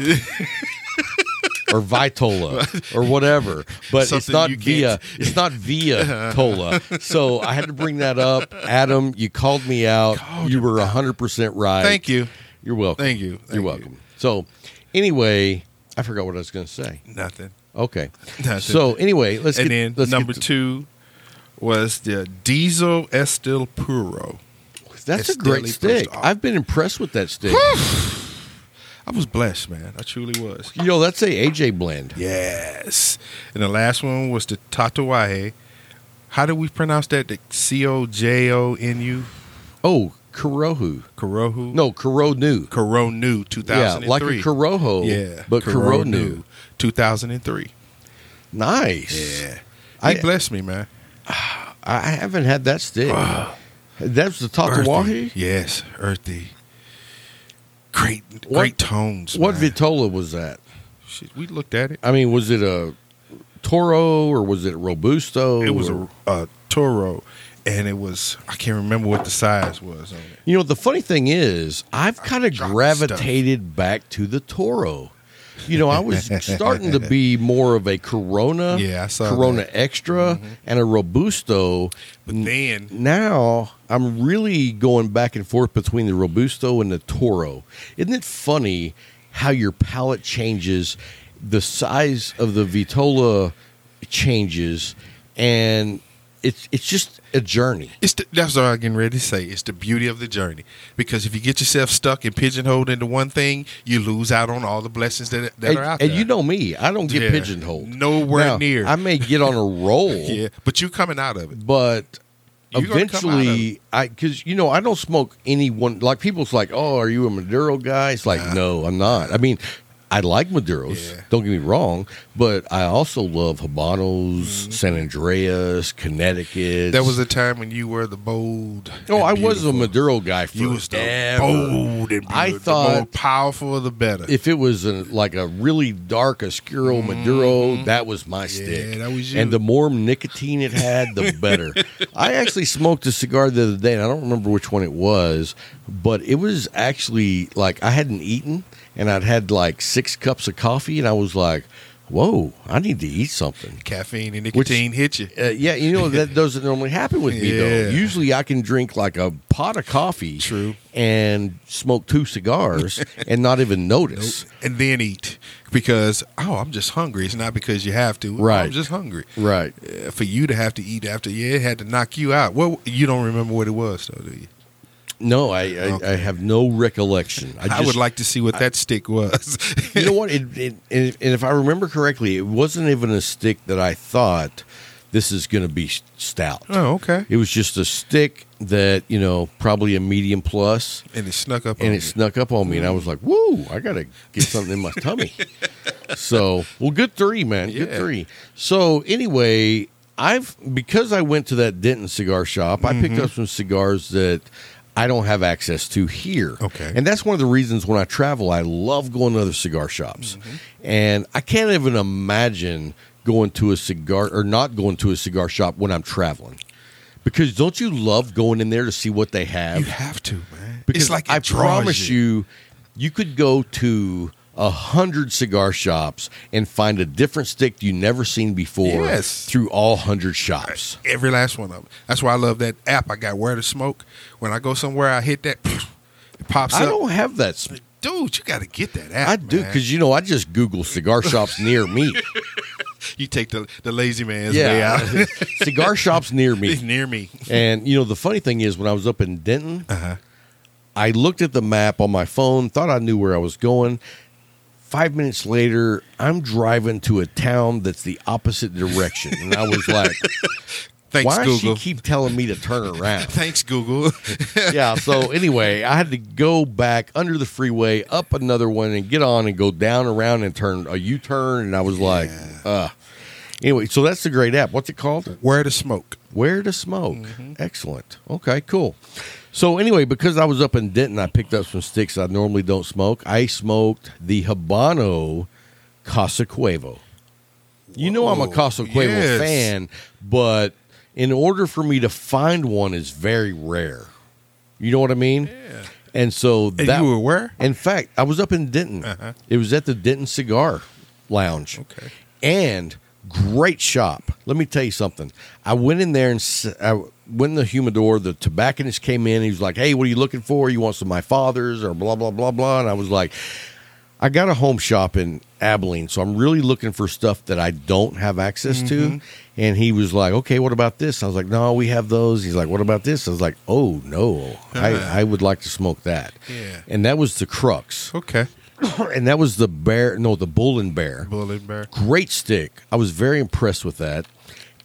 [SPEAKER 3] or Vitola or whatever. But it's
[SPEAKER 4] Something
[SPEAKER 3] not
[SPEAKER 4] you can't-
[SPEAKER 3] via it's not via Tola. So I had to bring that up. Adam, you called me out. you were hundred percent right.
[SPEAKER 4] Thank you.
[SPEAKER 3] You're welcome.
[SPEAKER 4] Thank you. Thank
[SPEAKER 3] You're
[SPEAKER 4] you.
[SPEAKER 3] welcome. So anyway, I forgot what I was gonna say.
[SPEAKER 4] Nothing.
[SPEAKER 3] Okay.
[SPEAKER 4] Nothing.
[SPEAKER 3] So anyway, let's
[SPEAKER 4] and
[SPEAKER 3] get
[SPEAKER 4] then
[SPEAKER 3] let's
[SPEAKER 4] number
[SPEAKER 3] get to-
[SPEAKER 4] two was the Diesel Estil Puro.
[SPEAKER 3] That's a
[SPEAKER 4] Esteli
[SPEAKER 3] great stick.
[SPEAKER 4] Prost.
[SPEAKER 3] I've been impressed with that stick.
[SPEAKER 4] I was blessed, man. I truly was.
[SPEAKER 3] you know, that's a AJ blend.
[SPEAKER 4] Yes. And the last one was the Tatawahe. How do we pronounce that? The C O J O N U?
[SPEAKER 3] Oh, Kurohu.
[SPEAKER 4] Kurohu?
[SPEAKER 3] No, Kuronu.
[SPEAKER 4] Coronu
[SPEAKER 3] Yeah,
[SPEAKER 4] 2003.
[SPEAKER 3] like a Kuroho.
[SPEAKER 4] Yeah.
[SPEAKER 3] But Kuronu.
[SPEAKER 4] Coronu 2003.
[SPEAKER 3] Nice.
[SPEAKER 4] He
[SPEAKER 3] I-
[SPEAKER 4] blessed me, man.
[SPEAKER 3] I I haven't had that stick. That's the Tatawahi?
[SPEAKER 4] Yes, earthy. Great, great
[SPEAKER 3] What-
[SPEAKER 4] tones.
[SPEAKER 3] What
[SPEAKER 4] man.
[SPEAKER 3] Vitola was that?
[SPEAKER 4] Shit, we looked at it.
[SPEAKER 3] I mean, was it a Toro or was it Robusto?
[SPEAKER 4] It was
[SPEAKER 3] or-
[SPEAKER 4] a, a Toro, and it was I can't remember what the size was on it.
[SPEAKER 3] You know, the funny thing is, I've kind of
[SPEAKER 4] dropped
[SPEAKER 3] gravitated back to the Toro. You know, I was starting to be more of a Corona,
[SPEAKER 4] Yeah, I saw Mm-hmm.
[SPEAKER 3] Corona Extra, and a Robusto.
[SPEAKER 4] But then,
[SPEAKER 3] Now I'm really going back and forth between the Robusto and the Toro. Isn't it funny how your palate changes, the size of the Vitola changes, and it's it's just a journey.
[SPEAKER 4] it's the, that's what I'm getting ready to say. It's the beauty of the journey because if you get yourself stuck and pigeonholed into one thing, you lose out on all the blessings that that
[SPEAKER 3] and,
[SPEAKER 4] are out
[SPEAKER 3] and
[SPEAKER 4] there.
[SPEAKER 3] you know me, I don't get
[SPEAKER 4] Yeah.
[SPEAKER 3] pigeonholed.
[SPEAKER 4] Nowhere
[SPEAKER 3] Now,
[SPEAKER 4] near.
[SPEAKER 3] I may get on a roll,
[SPEAKER 4] yeah, but you coming out of it.
[SPEAKER 3] but
[SPEAKER 4] You're gonna come out of
[SPEAKER 3] eventually, I because you know I don't smoke any one. Like people's like, oh, are you a Maduro guy? It's like, no, I'm not. I mean, I like Maduros.
[SPEAKER 4] Yeah.
[SPEAKER 3] Don't get me wrong, but I also love Habanos, San Andreas, Connecticut.
[SPEAKER 4] There Mm-hmm. was a time when you were the bold.
[SPEAKER 3] oh,
[SPEAKER 4] and
[SPEAKER 3] I was a
[SPEAKER 4] beautiful.
[SPEAKER 3] Maduro guy for
[SPEAKER 4] You was the
[SPEAKER 3] ever.
[SPEAKER 4] bold and
[SPEAKER 3] I
[SPEAKER 4] beautiful. the more
[SPEAKER 3] thought-
[SPEAKER 4] powerful, the better.
[SPEAKER 3] if it was a, like a really dark oscuro maduro that was my stick
[SPEAKER 4] Mm-hmm. that was you.
[SPEAKER 3] and the more nicotine it had the better i actually smoked a cigar the other day and i don't remember which one it was but it was actually like i hadn't eaten and i'd had like six cups of coffee and i was like whoa i need to eat something
[SPEAKER 4] Caffeine and nicotine hit you.
[SPEAKER 3] uh, yeah, you know that doesn't normally happen with me
[SPEAKER 4] Yeah.
[SPEAKER 3] though. Usually, I can drink like a pot of coffee,
[SPEAKER 4] True.
[SPEAKER 3] and smoke two cigars and not even notice.
[SPEAKER 4] and then eat because oh I'm just hungry. It's not because you have to.
[SPEAKER 3] Right.
[SPEAKER 4] I'm just hungry.
[SPEAKER 3] Right.
[SPEAKER 4] Uh, For you to have to eat after yeah, it had to knock you out. Well, you don't remember what it was though, do you?
[SPEAKER 3] No, I, I, I
[SPEAKER 4] Okay.
[SPEAKER 3] have no recollection. I,
[SPEAKER 4] I,
[SPEAKER 3] just,
[SPEAKER 4] would like to see what that stick was.
[SPEAKER 3] you know what? It, it, and and if I remember correctly, it wasn't even a stick that I thought this is going to be s- stout.
[SPEAKER 4] oh okay.
[SPEAKER 3] It was just a stick that you know probably a medium plus,
[SPEAKER 4] And it snuck up.
[SPEAKER 3] and
[SPEAKER 4] on
[SPEAKER 3] it snuck up on me, and I was like, "Woo! I got to get something in my tummy." So, well, good three, man. Good
[SPEAKER 4] Yeah.
[SPEAKER 3] three. So, anyway, I've because I went to that Denton cigar shop, I picked
[SPEAKER 4] Mm-hmm.
[SPEAKER 3] up some cigars that I don't have access to here.
[SPEAKER 4] Okay.
[SPEAKER 3] and that's one of the reasons when I travel, I love going to other cigar shops,
[SPEAKER 4] Mm-hmm.
[SPEAKER 3] and I can't even imagine going to a cigar or not going to a cigar shop when I'm traveling. Because don't you love going in there to see what they have?
[SPEAKER 4] you have to man.
[SPEAKER 3] Because
[SPEAKER 4] it's like it
[SPEAKER 3] I
[SPEAKER 4] draws
[SPEAKER 3] promise you, you could go to a hundred cigar shops and find a different stick you never seen before
[SPEAKER 4] Yes.
[SPEAKER 3] through all hundred shops.
[SPEAKER 4] Every last one of them. That's why I love that app. I got where to smoke. When I go somewhere, I hit that. It pops
[SPEAKER 3] I
[SPEAKER 4] up.
[SPEAKER 3] don't have that. sp-
[SPEAKER 4] Dude, you got to get that app.
[SPEAKER 3] I do
[SPEAKER 4] Ah, man.
[SPEAKER 3] because you know I just Google cigar shops near me.
[SPEAKER 4] you take the the lazy man's way
[SPEAKER 3] yeah,
[SPEAKER 4] out.
[SPEAKER 3] cigar shops near
[SPEAKER 4] It's
[SPEAKER 3] me.
[SPEAKER 4] near me.
[SPEAKER 3] And you know the funny thing is when I was up in Denton,
[SPEAKER 4] Uh-huh.
[SPEAKER 3] I looked at the map on my phone, thought I knew where I was going. Five minutes later, I'm driving to a town that's the opposite direction, and I was like,
[SPEAKER 4] Thanks,
[SPEAKER 3] "Why does she
[SPEAKER 4] Google.
[SPEAKER 3] keep telling me to turn around?"
[SPEAKER 4] Thanks, Google.
[SPEAKER 3] yeah. So anyway, I had to go back under the freeway, up another one, and get on and go down around and turn a U-turn, and I was like, "Uh." Anyway, so that's a great app. What's it called?
[SPEAKER 4] Where to smoke?
[SPEAKER 3] Where to smoke.
[SPEAKER 4] Mm-hmm.
[SPEAKER 3] Excellent. Okay, cool. So anyway, because I was up in Denton, I picked up some sticks I normally don't smoke. I smoked the Habano Casa Cuevo. You know I'm a
[SPEAKER 4] Whoa,
[SPEAKER 3] Casa Cuevo
[SPEAKER 4] yes.
[SPEAKER 3] fan, but in order for me to find one is very rare. You know what I mean? Yeah. And so
[SPEAKER 4] And
[SPEAKER 3] that
[SPEAKER 4] you were where?
[SPEAKER 3] in fact, I was up in Denton. It was at the Denton Cigar Lounge.
[SPEAKER 4] Uh-huh. Okay.
[SPEAKER 3] And great shop. Let me tell you something. I went in there and s- I went in the humidor. The tobacconist came in. He was like, "Hey, what are you looking for? You want some of my father's or blah blah blah blah?" And I was like, "I got a home shop in Abilene, so I'm really looking for stuff that I don't have access
[SPEAKER 4] Mm-hmm.
[SPEAKER 3] to." And he was like, "Okay, what about this?" I was like, "No, we have those." He's like, "What about this?" I was like, "Oh no, I, I would like to smoke that."
[SPEAKER 4] Uh-huh. Yeah.
[SPEAKER 3] And that was the crux.
[SPEAKER 4] Okay.
[SPEAKER 3] and that was the bear no the bull and bear
[SPEAKER 4] Bull and bear.
[SPEAKER 3] great stick i was very impressed with that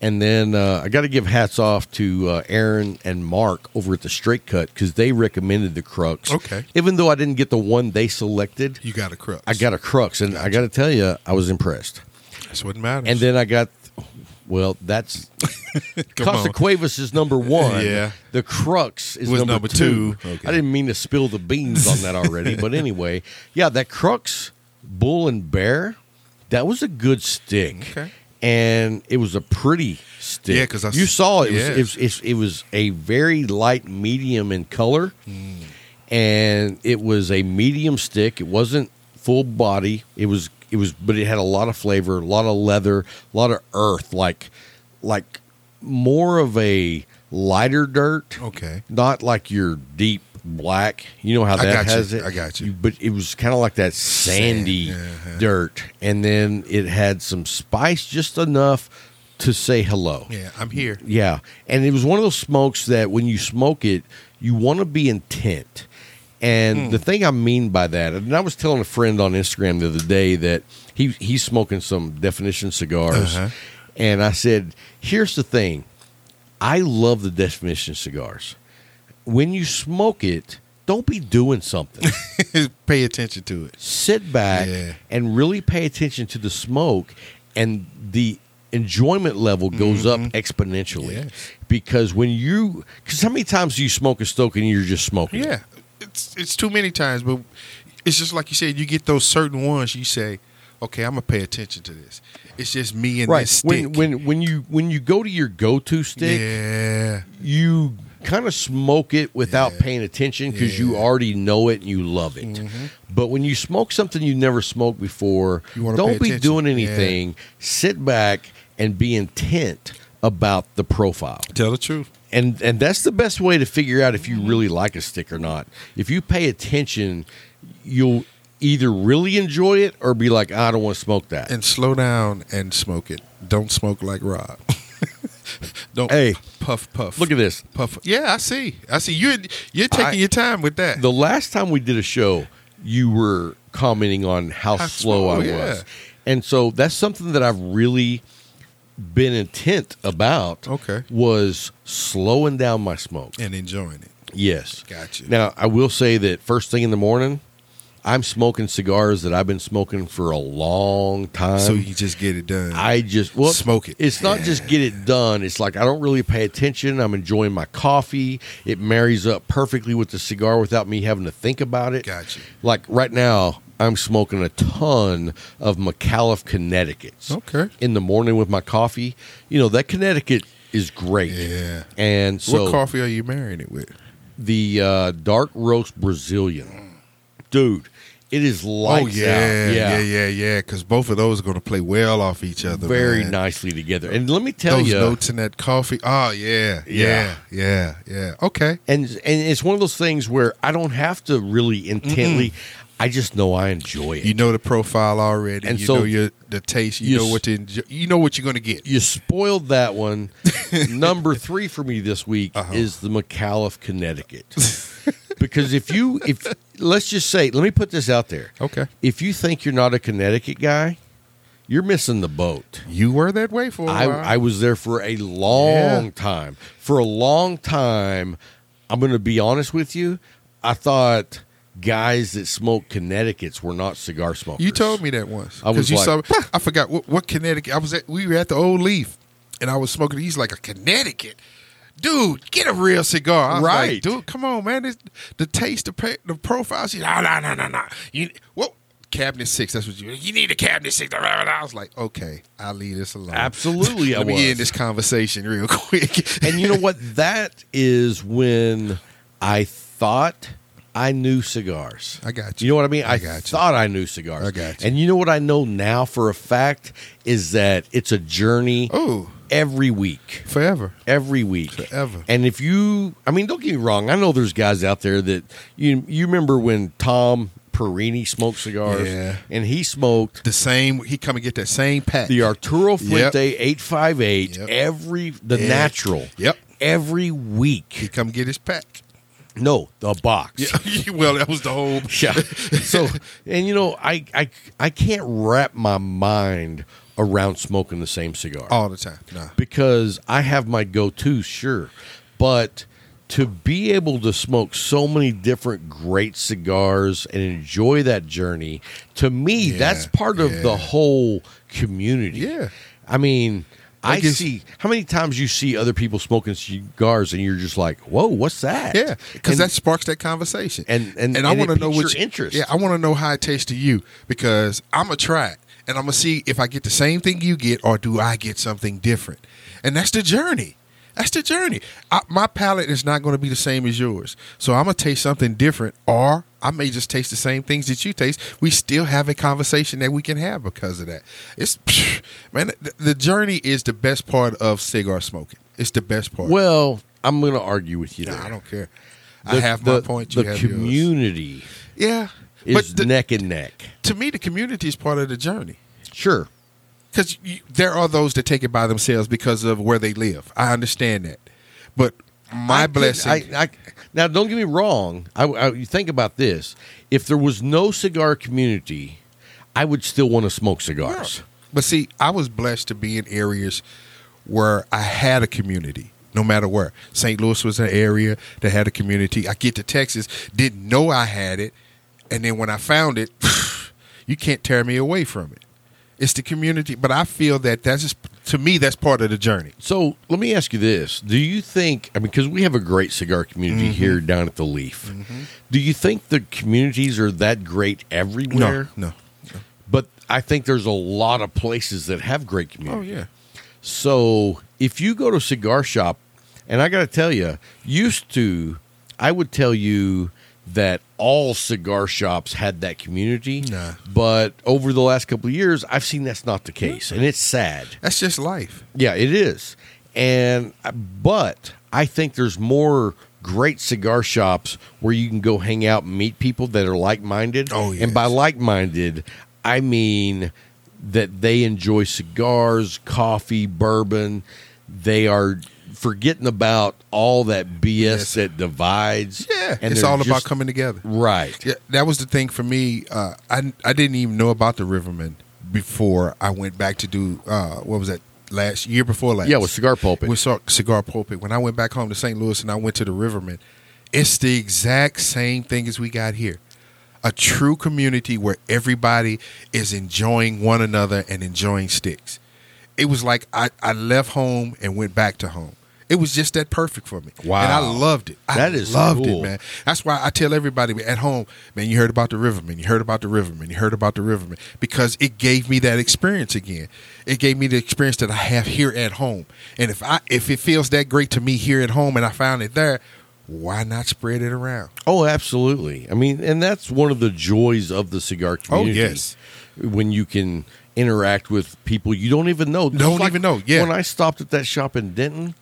[SPEAKER 3] and then uh, i got to give hats off to uh, aaron and mark over at the straight cut because they recommended the crux
[SPEAKER 4] Okay.
[SPEAKER 3] even though i didn't get the one they selected
[SPEAKER 4] You got a crux.
[SPEAKER 3] i got a crux and i got to tell you i was impressed
[SPEAKER 4] That's what matters.
[SPEAKER 3] and then i got well that's
[SPEAKER 4] Come
[SPEAKER 3] Costa
[SPEAKER 4] on.
[SPEAKER 3] Cuevas is number one.
[SPEAKER 4] Yeah.
[SPEAKER 3] The Crux is
[SPEAKER 4] Was
[SPEAKER 3] number,
[SPEAKER 4] number
[SPEAKER 3] two.
[SPEAKER 4] two. Okay.
[SPEAKER 3] I didn't mean to spill the beans on that already, but anyway, yeah, that Crux Bull and Bear, that was a good stick,
[SPEAKER 4] Okay.
[SPEAKER 3] and it was a pretty stick.
[SPEAKER 4] Yeah, 'cause I s-
[SPEAKER 3] you saw it was
[SPEAKER 4] yeah.
[SPEAKER 3] it was, it's- it was a very light medium in color, and it was a medium stick. It wasn't full body. It was it was, but it had a lot of flavor, a lot of leather, a lot of earth, like like more of a lighter dirt.
[SPEAKER 4] Okay.
[SPEAKER 3] not like your deep black. You know how
[SPEAKER 4] I
[SPEAKER 3] that
[SPEAKER 4] got you.
[SPEAKER 3] has it.
[SPEAKER 4] I got you.
[SPEAKER 3] But it was kind of like that sandy
[SPEAKER 4] Sand, yeah,
[SPEAKER 3] dirt, and then it had some spice, just enough to say hello.
[SPEAKER 4] Yeah, I'm here.
[SPEAKER 3] Yeah. And it was one of those smokes that when you smoke it, you want to be intent. And the thing I mean by that, and I was telling a friend on Instagram the other day that he he's smoking some definition cigars.
[SPEAKER 4] Uh-huh.
[SPEAKER 3] And I said, here's the thing. I love the definition cigars. When you smoke it, don't be doing something.
[SPEAKER 4] Pay attention to it.
[SPEAKER 3] sit back
[SPEAKER 4] Yeah.
[SPEAKER 3] and really pay attention to the smoke and the enjoyment level goes up exponentially
[SPEAKER 4] Mm-hmm. Yes.
[SPEAKER 3] because when you because how many times do you smoke a stoke and you're just smoking it?
[SPEAKER 4] Yeah, it's it's too many times, but it's just like you said. You get those certain ones. You say, "Okay, I'm gonna pay attention to this." It's just me and
[SPEAKER 3] right
[SPEAKER 4] this stick.
[SPEAKER 3] when when when you when you go to your go-to stick
[SPEAKER 4] yeah,
[SPEAKER 3] you kind of smoke it without paying attention because you
[SPEAKER 4] Yeah. Mm-hmm.
[SPEAKER 3] already know it and you love it. But when you smoke something you never smoked before,
[SPEAKER 4] You wanna pay
[SPEAKER 3] don't be
[SPEAKER 4] attention.
[SPEAKER 3] doing
[SPEAKER 4] Yeah.
[SPEAKER 3] anything. Sit back and be intent about the profile.
[SPEAKER 4] tell the truth.
[SPEAKER 3] And and that's the best way to figure out if you really like a stick or not. If you pay attention, you'll either really enjoy it or be like, I don't want to smoke that.
[SPEAKER 4] And slow down and smoke it. Don't smoke like Rob. Don't
[SPEAKER 3] Hey,
[SPEAKER 4] puff puff.
[SPEAKER 3] look at this.
[SPEAKER 4] puff. Yeah, I see. I see. You're you're taking
[SPEAKER 3] I-
[SPEAKER 4] your time with that.
[SPEAKER 3] the last time we did a show, you were commenting on how,
[SPEAKER 4] How
[SPEAKER 3] slow I
[SPEAKER 4] slow, oh, yeah.
[SPEAKER 3] was. And so that's something that I've really been intent about.
[SPEAKER 4] Okay.
[SPEAKER 3] Was slowing down my smoke.
[SPEAKER 4] and enjoying it.
[SPEAKER 3] Yes.
[SPEAKER 4] Gotcha.
[SPEAKER 3] Now, I will say that first thing in the morning, I'm smoking cigars that I've been smoking for a long time.
[SPEAKER 4] so you just get it done.
[SPEAKER 3] I just well,
[SPEAKER 4] Smoke it.
[SPEAKER 3] It's not just get it done. It's like I don't really pay attention. I'm enjoying my coffee. It marries up perfectly with the cigar without me having to think about it.
[SPEAKER 4] Gotcha.
[SPEAKER 3] Like right now, I'm smoking a ton of McAuliffe Connecticut's.
[SPEAKER 4] Okay.
[SPEAKER 3] In the morning with my coffee, you know that Connecticut is great.
[SPEAKER 4] Yeah.
[SPEAKER 3] And so
[SPEAKER 4] what coffee are you marrying it with?
[SPEAKER 3] the uh, dark roast Brazilian, dude, it is lights
[SPEAKER 4] oh yeah,
[SPEAKER 3] out.
[SPEAKER 4] yeah, yeah, yeah. Because both of those are going to play well off each other.
[SPEAKER 3] Very
[SPEAKER 4] man.
[SPEAKER 3] nicely together. And let me tell
[SPEAKER 4] Those
[SPEAKER 3] you,
[SPEAKER 4] notes in that coffee. Oh yeah, yeah, yeah, yeah. Okay.
[SPEAKER 3] and and it's one of those things where I don't have to really intently. I just know I enjoy it.
[SPEAKER 4] You know the profile already.
[SPEAKER 3] And
[SPEAKER 4] you
[SPEAKER 3] so-
[SPEAKER 4] know your the taste. You,
[SPEAKER 3] You
[SPEAKER 4] know
[SPEAKER 3] s-
[SPEAKER 4] what to enjoy. You know what you're going to get.
[SPEAKER 3] You spoiled that one. Number three for me this week
[SPEAKER 4] Uh-huh.
[SPEAKER 3] is the McAuliffe, Connecticut, because if you if let's just say, let me put this out there.
[SPEAKER 4] Okay.
[SPEAKER 3] If you think you're not a Connecticut guy, you're missing the boat.
[SPEAKER 4] You were that way for a
[SPEAKER 3] I,
[SPEAKER 4] while.
[SPEAKER 3] I was there for a long
[SPEAKER 4] Yeah.
[SPEAKER 3] time. For a long time, I'm going to be honest with you. I thought guys that smoked Connecticut's were not cigar smokers.
[SPEAKER 4] you told me that once.
[SPEAKER 3] I was
[SPEAKER 4] 'Cause you
[SPEAKER 3] like,
[SPEAKER 4] saw, I forgot what, what Connecticut. I was at. We were at the Old Leaf, and I was smoking. He's like a Connecticut. Dude, get a real cigar. I was like,
[SPEAKER 3] Right.
[SPEAKER 4] Dude, come on, man. This, the taste, the, pa- the profile. She's no, no, no, no, no. You what? Cabinet six. That's what you. You need a cabinet six. I was like, okay, I'll leave this alone.
[SPEAKER 3] Absolutely, I
[SPEAKER 4] Let me
[SPEAKER 3] was.
[SPEAKER 4] end this conversation real quick.
[SPEAKER 3] and you know what? That is when I thought I knew cigars.
[SPEAKER 4] I got
[SPEAKER 3] You
[SPEAKER 4] you.
[SPEAKER 3] know what I mean? I,
[SPEAKER 4] got you.
[SPEAKER 3] thought I knew cigars.
[SPEAKER 4] I got you.
[SPEAKER 3] And you know what I know now for a fact is that it's a journey
[SPEAKER 4] Oh,
[SPEAKER 3] every week.
[SPEAKER 4] forever.
[SPEAKER 3] Every week.
[SPEAKER 4] Forever.
[SPEAKER 3] And if you I mean, don't get me wrong, I know there's guys out there that you you remember when Tom Perini smoked cigars
[SPEAKER 4] Yeah.
[SPEAKER 3] and he smoked
[SPEAKER 4] The same. He come and get that same pack.
[SPEAKER 3] the Arturo Fuente 858
[SPEAKER 4] Yep.
[SPEAKER 3] every the
[SPEAKER 4] Yeah.
[SPEAKER 3] natural.
[SPEAKER 4] Yep.
[SPEAKER 3] Every
[SPEAKER 4] he
[SPEAKER 3] week.
[SPEAKER 4] come get his pack.
[SPEAKER 3] No, the box.
[SPEAKER 4] Yeah. well, that was the whole.
[SPEAKER 3] Yeah. So, and you know, I I I can't wrap my mind around smoking the same cigar
[SPEAKER 4] All the time. Nah.
[SPEAKER 3] because I have my go-to, sure, but to be able to smoke so many different great cigars and enjoy that journey, to me,
[SPEAKER 4] Yeah,
[SPEAKER 3] that's part of the
[SPEAKER 4] yeah.
[SPEAKER 3] whole community.
[SPEAKER 4] Yeah.
[SPEAKER 3] I mean. I
[SPEAKER 4] gives-
[SPEAKER 3] see how many times you see other people smoking cigars, and you're just like, "Whoa, what's that?"
[SPEAKER 4] Yeah, because
[SPEAKER 3] And-
[SPEAKER 4] that sparks that conversation.
[SPEAKER 3] and- and- and
[SPEAKER 4] I
[SPEAKER 3] it
[SPEAKER 4] want to know
[SPEAKER 3] piques your
[SPEAKER 4] which
[SPEAKER 3] interest.
[SPEAKER 4] Yeah, I want to know how it tastes to you because I'm gonna try it and I'm gonna see if I get the same thing you get or do I get something different. And that's the journey. That's the journey. I, my palate is not going to be the same as yours, so I'm gonna taste something different, or I may just taste the same things that you taste. We still have a conversation that we can have because of that. It's man, the, the journey is the best part of cigar smoking. It's the best part.
[SPEAKER 3] Well, I'm going to argue with you.
[SPEAKER 4] Nah,
[SPEAKER 3] there.
[SPEAKER 4] I don't care. I
[SPEAKER 3] The-
[SPEAKER 4] have my
[SPEAKER 3] the-
[SPEAKER 4] point. You
[SPEAKER 3] the
[SPEAKER 4] have yours.
[SPEAKER 3] community
[SPEAKER 4] Yeah,
[SPEAKER 3] is
[SPEAKER 4] but the,
[SPEAKER 3] neck and neck.
[SPEAKER 4] to me, the community is part of the journey
[SPEAKER 3] Sure.
[SPEAKER 4] because there are those that take it by themselves because of where they live. I understand that, but
[SPEAKER 3] I
[SPEAKER 4] my
[SPEAKER 3] could-
[SPEAKER 4] blessing.
[SPEAKER 3] I, I, now, don't get me wrong. I, I you think about this. If there was no cigar community, I would still want to smoke cigars.
[SPEAKER 4] But see, I was blessed to be in areas where I had a community, no matter where. St. Louis was an area that had a community. I get to Texas, didn't know I had it, and then when I found it, you can't tear me away from it. It's the community, but I feel that that's just, to me that's part of the journey.
[SPEAKER 3] So let me ask you this: Do you think? I mean, because we have a great cigar community
[SPEAKER 4] Mm-hmm.
[SPEAKER 3] here down at the Leaf. Do you think the communities are that great everywhere?
[SPEAKER 4] No, no.
[SPEAKER 3] But I think there's a lot of places that have great community.
[SPEAKER 4] Oh yeah.
[SPEAKER 3] So if you go to a cigar shop, and I got to tell you, used to, I would tell you that all cigar shops had that community.
[SPEAKER 4] Nah.
[SPEAKER 3] But over the last couple of years, I've seen that's not the case, and it's sad.
[SPEAKER 4] That's just life.
[SPEAKER 3] Yeah, it is. And uh, but I think there's more great cigar shops where you can go hang out and meet people that are like-minded.
[SPEAKER 4] Oh,
[SPEAKER 3] And by
[SPEAKER 4] yes.
[SPEAKER 3] like-minded, I mean that they enjoy cigars, coffee, bourbon. They are forgetting about all that BS
[SPEAKER 4] Yes.
[SPEAKER 3] that divides.
[SPEAKER 4] Yeah.
[SPEAKER 3] And
[SPEAKER 4] it's
[SPEAKER 3] they're
[SPEAKER 4] all about
[SPEAKER 3] just-
[SPEAKER 4] coming together.
[SPEAKER 3] Right.
[SPEAKER 4] Yeah, that was the thing for me. Uh, I I didn't even know about the Riverman before I went back to do uh, what was that last year before last?
[SPEAKER 3] Yeah, with Cigar Pulpit.
[SPEAKER 4] With Cigar- cigar pulpit. When I went back home to St. Louis and I went to the Riverman, it's the exact same thing as we got here. A true community where everybody is enjoying one another and enjoying sticks. It was like I, I left home and went back to home. It was just that perfect for me. And I
[SPEAKER 3] Wow.
[SPEAKER 4] loved it. I
[SPEAKER 3] That is
[SPEAKER 4] loved
[SPEAKER 3] cool.
[SPEAKER 4] it, man. That's why I tell everybody at home, man, you heard about the Riverman, you heard about the Riverman, you heard about the Riverman, because it gave me that experience again. It gave me the experience that I have here at home. And if I if it feels that great to me here at home and I found it there, why not spread it around?
[SPEAKER 3] Oh, absolutely. I mean, and that's one of the joys of the cigar community.
[SPEAKER 4] Oh, yes.
[SPEAKER 3] When you can interact with people you don't even know. Just
[SPEAKER 4] Don't even know, yeah.
[SPEAKER 3] When I stopped at that shop in Denton,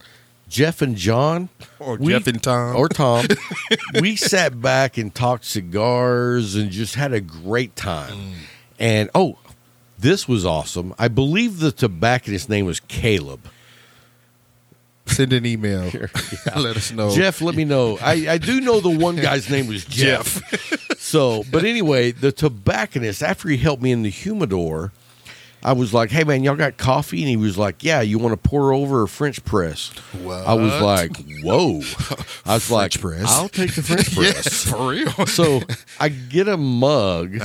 [SPEAKER 3] Jeff and John.
[SPEAKER 4] Or Jeff and Tom.
[SPEAKER 3] Or Tom. we sat back and talked cigars and just had a great time.
[SPEAKER 4] Mm.
[SPEAKER 3] And oh, this was awesome. I believe the tobacconist's name was Caleb.
[SPEAKER 4] Send an email. Let us know.
[SPEAKER 3] Jeff, let me know. I, I do know the one guy's name was Jeff. so, but anyway, the tobacconist, after he helped me in the humidor, I was like, hey, man, y'all got coffee? And he was like, yeah, you want to pour over a French press? I was
[SPEAKER 4] What?
[SPEAKER 3] like, whoa. I was like,
[SPEAKER 4] French press.
[SPEAKER 3] I'll take the French press.
[SPEAKER 4] Yeah, for real.
[SPEAKER 3] So I get a mug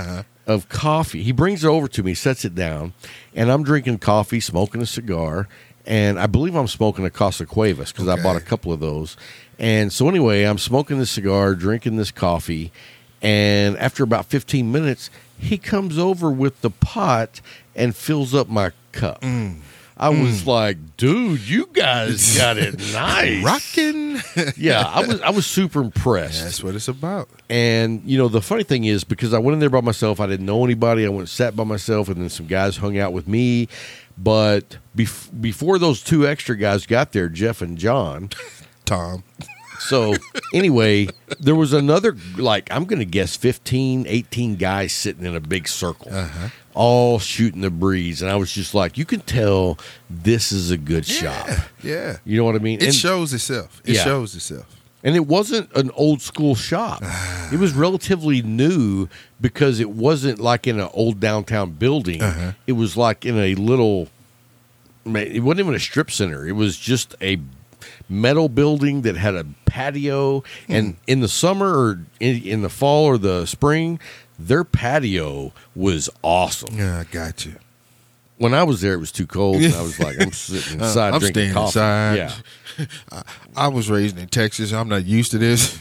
[SPEAKER 3] of coffee. He brings it over to me, sets it down, and I'm drinking coffee, smoking a cigar, and I believe I'm smoking a Casa Cuevas because I
[SPEAKER 4] Okay.
[SPEAKER 3] bought a couple of those. And so anyway, I'm smoking this cigar, drinking this coffee, and after about 15 minutes, he comes over with the pot and fills up my cup. I was like, dude, you guys got it nice.
[SPEAKER 4] Rockin'.
[SPEAKER 3] Yeah, I was I was super impressed.
[SPEAKER 4] That's what it's about.
[SPEAKER 3] And you know, the funny thing is because I went in there by myself, I didn't know anybody. I went and sat by myself, and then some guys hung out with me. But bef- before those two extra guys got there, Jeff and John.
[SPEAKER 4] Tom.
[SPEAKER 3] So anyway, there was another like I'm going to guess 15, 18 guys sitting in a big circle. All shooting the breeze, and I was just like, "You can tell this is a good shop."
[SPEAKER 4] Yeah.
[SPEAKER 3] You know what I mean?
[SPEAKER 4] It
[SPEAKER 3] And-
[SPEAKER 4] shows itself. It
[SPEAKER 3] Yeah.
[SPEAKER 4] shows itself.
[SPEAKER 3] and it wasn't an old school shop. it was relatively new because it wasn't like in an old downtown building.
[SPEAKER 4] Uh-huh.
[SPEAKER 3] It was like in a little, ma- it wasn't even a strip center. It was just a metal building that had a patio.
[SPEAKER 4] Hmm.
[SPEAKER 3] And in the summer or in, in the fall or the spring, their patio was awesome.
[SPEAKER 4] Yeah, I got you.
[SPEAKER 3] When I was there, it was too cold. And I was like, I'm sitting inside
[SPEAKER 4] Uh, I'm
[SPEAKER 3] drinking
[SPEAKER 4] staying
[SPEAKER 3] coffee.
[SPEAKER 4] inside.
[SPEAKER 3] Yeah.
[SPEAKER 4] I was raised in Texas. I'm not used to this.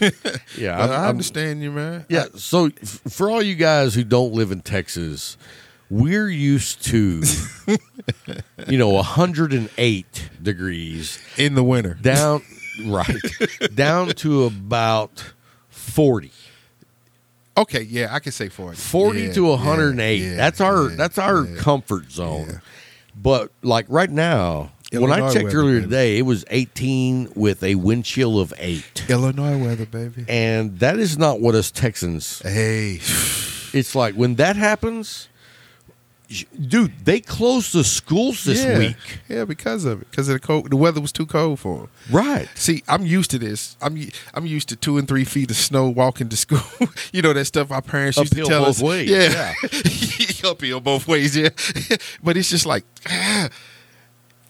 [SPEAKER 3] Yeah,
[SPEAKER 4] But
[SPEAKER 3] I'm-
[SPEAKER 4] I
[SPEAKER 3] I'm-
[SPEAKER 4] understand you, man.
[SPEAKER 3] Yeah. So f- for all you guys who don't live in Texas, we're used to, you know, 108 degrees
[SPEAKER 4] In the winter.
[SPEAKER 3] down, right, down to about 40.
[SPEAKER 4] Okay, yeah, I can say 40.
[SPEAKER 3] 40
[SPEAKER 4] Yeah,
[SPEAKER 3] to
[SPEAKER 4] yeah,
[SPEAKER 3] 108.
[SPEAKER 4] yeah,
[SPEAKER 3] that's our
[SPEAKER 4] yeah,
[SPEAKER 3] that's our
[SPEAKER 4] yeah.
[SPEAKER 3] comfort zone.
[SPEAKER 4] yeah.
[SPEAKER 3] But like right now, when I
[SPEAKER 4] Illinois
[SPEAKER 3] checked
[SPEAKER 4] weather,
[SPEAKER 3] earlier
[SPEAKER 4] baby.
[SPEAKER 3] today, it was 18 with a wind chill of 8.
[SPEAKER 4] Illinois weather, baby.
[SPEAKER 3] And that is not what us Texans
[SPEAKER 4] Hey,
[SPEAKER 3] It's like when that happens, sh- dude, they closed the schools this
[SPEAKER 4] yeah.
[SPEAKER 3] week.
[SPEAKER 4] Yeah, because of it. Because of the cold. The weather was too cold for them.
[SPEAKER 3] Right.
[SPEAKER 4] See, I'm used to this. I'm u- I'm used to two and three feet of snow walking to school. you know that stuff our parents used
[SPEAKER 3] Uphill
[SPEAKER 4] to tell
[SPEAKER 3] both
[SPEAKER 4] us.
[SPEAKER 3] ways,
[SPEAKER 4] Yeah, uphill both ways. Yeah, but it's just like ah.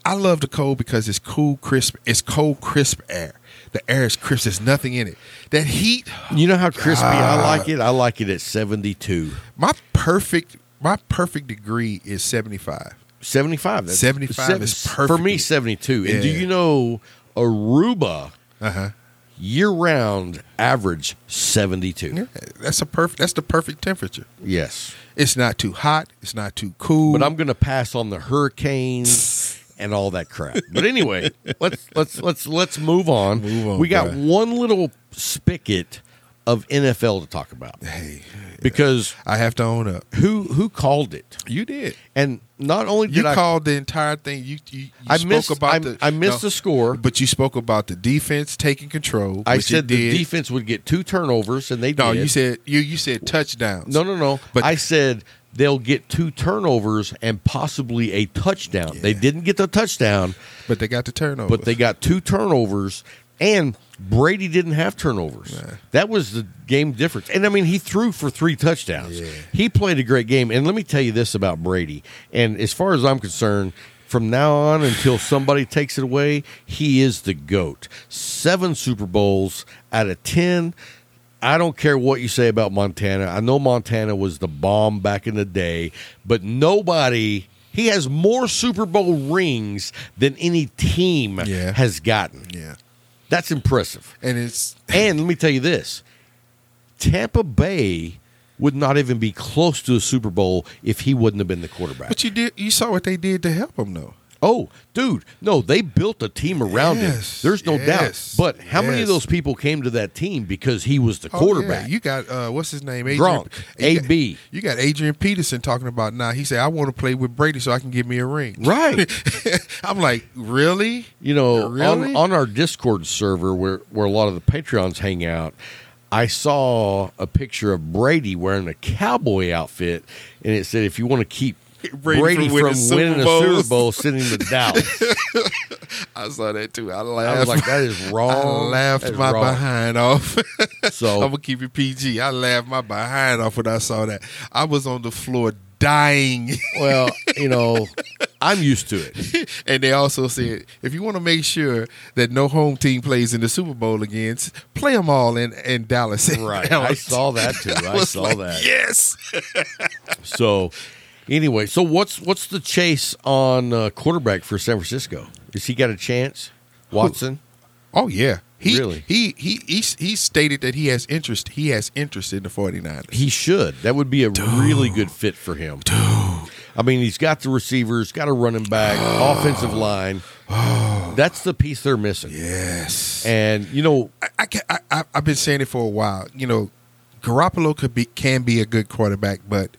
[SPEAKER 4] I love the cold because it's cool, crisp. It's cold, crisp air. The air is crisp. There's nothing in it. That heat,
[SPEAKER 3] You know how crispy I like it? I like it at 72.
[SPEAKER 4] my perfect my perfect degree is 75.
[SPEAKER 3] 75. That's-
[SPEAKER 4] 75 is
[SPEAKER 3] For me,
[SPEAKER 4] perfect.
[SPEAKER 3] 72. And do
[SPEAKER 4] Yeah.
[SPEAKER 3] you know Aruba
[SPEAKER 4] Uh huh.
[SPEAKER 3] year round average 72?
[SPEAKER 4] That's a perfect. That's the perfect temperature.
[SPEAKER 3] Yes.
[SPEAKER 4] It's not too hot. It's not too cool.
[SPEAKER 3] But I'm going to pass on the hurricanes and all that crap. But anyway, let's let's let's let's move on.
[SPEAKER 4] Move on,
[SPEAKER 3] we got
[SPEAKER 4] bruh.
[SPEAKER 3] one little spigot of NFL to talk about.
[SPEAKER 4] Hey,
[SPEAKER 3] because
[SPEAKER 4] I have to own up.
[SPEAKER 3] who who called it?
[SPEAKER 4] You did.
[SPEAKER 3] And not only did
[SPEAKER 4] You
[SPEAKER 3] I
[SPEAKER 4] called the entire thing. You, you, you
[SPEAKER 3] I
[SPEAKER 4] spoke
[SPEAKER 3] missed-
[SPEAKER 4] about
[SPEAKER 3] I-
[SPEAKER 4] the
[SPEAKER 3] I missed the score.
[SPEAKER 4] but you spoke about the defense taking control.
[SPEAKER 3] I
[SPEAKER 4] which it
[SPEAKER 3] said the
[SPEAKER 4] did.
[SPEAKER 3] defense would get two turnovers, and they
[SPEAKER 4] No,
[SPEAKER 3] did.
[SPEAKER 4] you said you you said touchdowns.
[SPEAKER 3] no, no, no.
[SPEAKER 4] But-
[SPEAKER 3] I said they'll get two turnovers and possibly a touchdown. They
[SPEAKER 4] Yeah.
[SPEAKER 3] didn't get the touchdown,
[SPEAKER 4] but they got the turnover.
[SPEAKER 3] but they got two turnovers, and Brady didn't have turnovers. That was the game difference. And I mean, he threw for three touchdowns. He played a great game. And let me tell you this about Brady. And as far as I'm concerned, from now on until somebody takes it away, he is the GOAT. Seven Super Bowls out of 10. I don't care what you say about Montana. I know Montana was the bomb back in the day, but nobody. He has more Super Bowl rings than any team
[SPEAKER 4] Yeah.
[SPEAKER 3] has gotten.
[SPEAKER 4] yeah,
[SPEAKER 3] That's impressive.
[SPEAKER 4] and it's
[SPEAKER 3] And let me tell you this Tampa Bay would not even be close to a Super Bowl if he wouldn't have been the quarterback.
[SPEAKER 4] but you did you saw what they did to help them though.
[SPEAKER 3] Oh, dude, no, they built a team around
[SPEAKER 4] Yes,
[SPEAKER 3] him. There's no
[SPEAKER 4] yes,
[SPEAKER 3] doubt. But how many of
[SPEAKER 4] yes.
[SPEAKER 3] those people came to that team because he was the
[SPEAKER 4] Oh, yeah.
[SPEAKER 3] quarterback?
[SPEAKER 4] You got uh, what's his name?
[SPEAKER 3] Gronk,
[SPEAKER 4] you got-
[SPEAKER 3] AB.
[SPEAKER 4] You got Adrian Peterson talking about now. he said I want to play with Brady so I can give me a ring.
[SPEAKER 3] Right.
[SPEAKER 4] I'm like really.
[SPEAKER 3] You know,
[SPEAKER 4] Really?
[SPEAKER 3] on, on our Discord server where, where a lot of the Patreons hang out, I saw a picture of Brady wearing a cowboy outfit, and it said, if you want to keep Brady,
[SPEAKER 4] Brady from
[SPEAKER 3] from,
[SPEAKER 4] winning Super
[SPEAKER 3] winning a
[SPEAKER 4] Bowls."
[SPEAKER 3] Super Bowl, send him to Dallas.
[SPEAKER 4] I saw that too. I laughed.
[SPEAKER 3] I was like, that is
[SPEAKER 4] I
[SPEAKER 3] wrong. That
[SPEAKER 4] laughed
[SPEAKER 3] is
[SPEAKER 4] my
[SPEAKER 3] wrong.
[SPEAKER 4] behind off. I'm
[SPEAKER 3] So,
[SPEAKER 4] gonna keep it PG. I laughed my behind off when I saw that. I was on the floor dying,
[SPEAKER 3] well, you know, I'm used to it.
[SPEAKER 4] and they also said, if you want to make sure that no home team plays in the Super Bowl again, s- play them all in, in Dallas.
[SPEAKER 3] Right.
[SPEAKER 4] And
[SPEAKER 3] I
[SPEAKER 4] was-
[SPEAKER 3] saw that too. I,
[SPEAKER 4] was
[SPEAKER 3] saw
[SPEAKER 4] like,
[SPEAKER 3] that.
[SPEAKER 4] Yes.
[SPEAKER 3] So, anyway, so what's what's the chase on uh, quarterback for San Francisco? Has he got a chance? Watson?
[SPEAKER 4] Oh yeah. He,
[SPEAKER 3] Really?
[SPEAKER 4] He, he he s- he stated that he has interest. He has interest in the 49ers.
[SPEAKER 3] He should. That would be a really good fit for him. I mean, he's got the receivers, got a running back, offensive line. That's the piece they're missing.
[SPEAKER 4] Yes.
[SPEAKER 3] And you know,
[SPEAKER 4] I, I, can, I, I I've been saying it for a while. You know, Garoppolo could be can be a good quarterback, but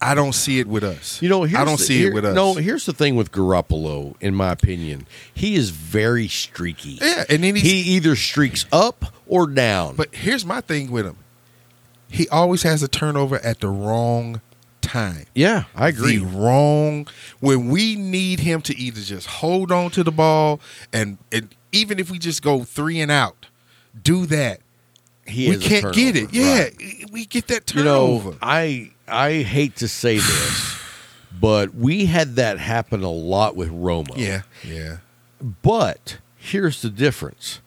[SPEAKER 4] I don't see it with us.
[SPEAKER 3] you know, here's
[SPEAKER 4] I don't
[SPEAKER 3] the-
[SPEAKER 4] see
[SPEAKER 3] here-
[SPEAKER 4] it with us.
[SPEAKER 3] No, here's the thing with Garoppolo, in my opinion, he is very streaky.
[SPEAKER 4] Yeah, and then he's-
[SPEAKER 3] he either streaks up or down.
[SPEAKER 4] But here's my thing with him. He always has a turnover at the wrong time.
[SPEAKER 3] yeah, I agree.
[SPEAKER 4] The wrong when we need him to either just hold on to the ball and, and even if we just go three and out, do that.
[SPEAKER 3] He
[SPEAKER 4] we
[SPEAKER 3] is a
[SPEAKER 4] can't get
[SPEAKER 3] turnover.
[SPEAKER 4] it. Yeah,
[SPEAKER 3] Right.
[SPEAKER 4] we get that
[SPEAKER 3] you
[SPEAKER 4] turnover.
[SPEAKER 3] know, I I hate to say this, but we had that happen a lot with Roma.
[SPEAKER 4] yeah, yeah.
[SPEAKER 3] But here's the difference.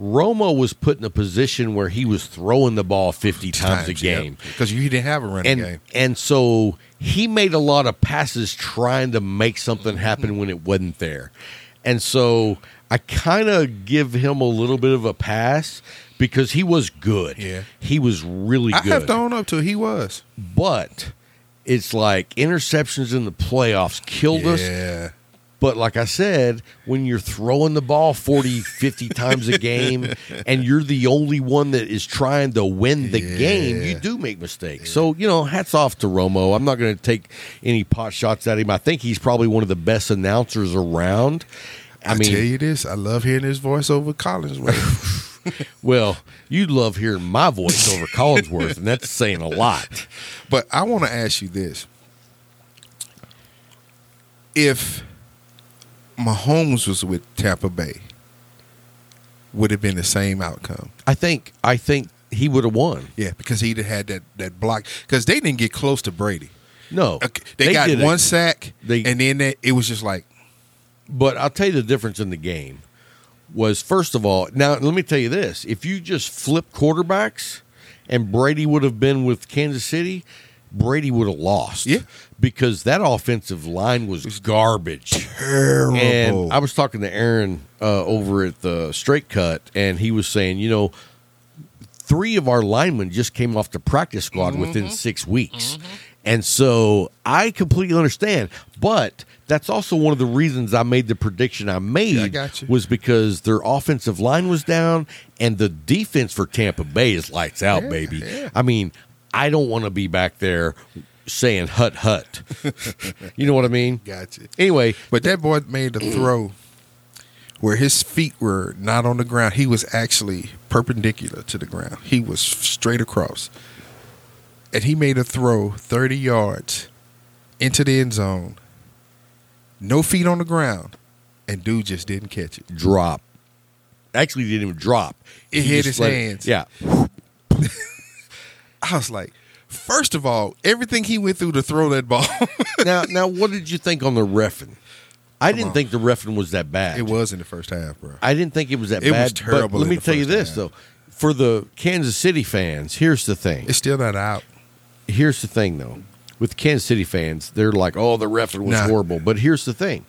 [SPEAKER 3] Romo was put in a position where he was throwing the ball 50 times, a game.
[SPEAKER 4] because you didn't have a running
[SPEAKER 3] And
[SPEAKER 4] game.
[SPEAKER 3] and so he made a lot of passes trying to make something happen when it wasn't there. And so I kind of give him a little bit of a pass because he was good.
[SPEAKER 4] Yeah.
[SPEAKER 3] He was really
[SPEAKER 4] I
[SPEAKER 3] good.
[SPEAKER 4] have to own up to it. he was
[SPEAKER 3] But it's like interceptions in the playoffs killed us
[SPEAKER 4] Yeah,
[SPEAKER 3] but like I said, when you're throwing the ball 40, 50 times a game and you're the only one that is trying to win the game, you do make mistakes. So, you know, hats off to Romo. I'm not going to take any pot shots at him. I think he's probably one of the best announcers around. I,
[SPEAKER 4] I,
[SPEAKER 3] mean,
[SPEAKER 4] tell you this, I love hearing his voice over Collinsworth.
[SPEAKER 3] well, you love hearing my voice over Collinsworth, and that's saying a lot.
[SPEAKER 4] But I want to ask you this: If Mahomes was with Tampa Bay, would it have been the same outcome?
[SPEAKER 3] I think I think he would have won.
[SPEAKER 4] Yeah, because he'd have had that that block because they didn't get close to Brady.
[SPEAKER 3] No,
[SPEAKER 4] Okay, They, got
[SPEAKER 3] did it.
[SPEAKER 4] one sack,
[SPEAKER 3] They-
[SPEAKER 4] and then they, it was just like,
[SPEAKER 3] But I'll tell you the difference in the game was first of all, now let me tell you this. If you just flip quarterbacks and Brady would have been with Kansas City, Brady would have lost.
[SPEAKER 4] Yeah.
[SPEAKER 3] Because that offensive line was garbage.
[SPEAKER 4] Oh,
[SPEAKER 3] And I was talking to Aaron uh, over at the straight cut, and he was saying, you know, three of our linemen just came off the practice squad
[SPEAKER 4] Mm-hmm.
[SPEAKER 3] within six weeks. And so I completely understand. But that's also one of the reasons I made the prediction I made
[SPEAKER 4] Yeah, I got you.
[SPEAKER 3] was because their offensive line was down and the defense for Tampa Bay is lights out, baby. I mean, I don't want to be back there saying hut hut. you know what I mean?
[SPEAKER 4] gotcha.
[SPEAKER 3] Anyway,
[SPEAKER 4] But that boy made a throw where his feet were not on the ground. He was actually perpendicular to the ground. He was straight across. And he made a throw 30 yards into the end zone. No feet on the ground. And dude just didn't catch it.
[SPEAKER 3] drop. Actually, didn't even drop.
[SPEAKER 4] It
[SPEAKER 3] He
[SPEAKER 4] hit
[SPEAKER 3] just
[SPEAKER 4] his
[SPEAKER 3] let
[SPEAKER 4] hands.
[SPEAKER 3] Yeah.
[SPEAKER 4] I was like, first of all, everything he went through to throw that ball,
[SPEAKER 3] now, now, what did you think on the refing? I didn't think the refing was that bad.
[SPEAKER 4] it was in the first half, bro.
[SPEAKER 3] I didn't think it was that
[SPEAKER 4] It was
[SPEAKER 3] bad.
[SPEAKER 4] terrible
[SPEAKER 3] But let
[SPEAKER 4] in
[SPEAKER 3] me
[SPEAKER 4] the
[SPEAKER 3] tell you
[SPEAKER 4] first
[SPEAKER 3] this
[SPEAKER 4] half.
[SPEAKER 3] though, for the Kansas City fans, here's the thing.
[SPEAKER 4] It's still not out.
[SPEAKER 3] here's the thing though, with Kansas City fans, they're like, "Oh, the refing was
[SPEAKER 4] Nah.
[SPEAKER 3] horrible." But here's the thing.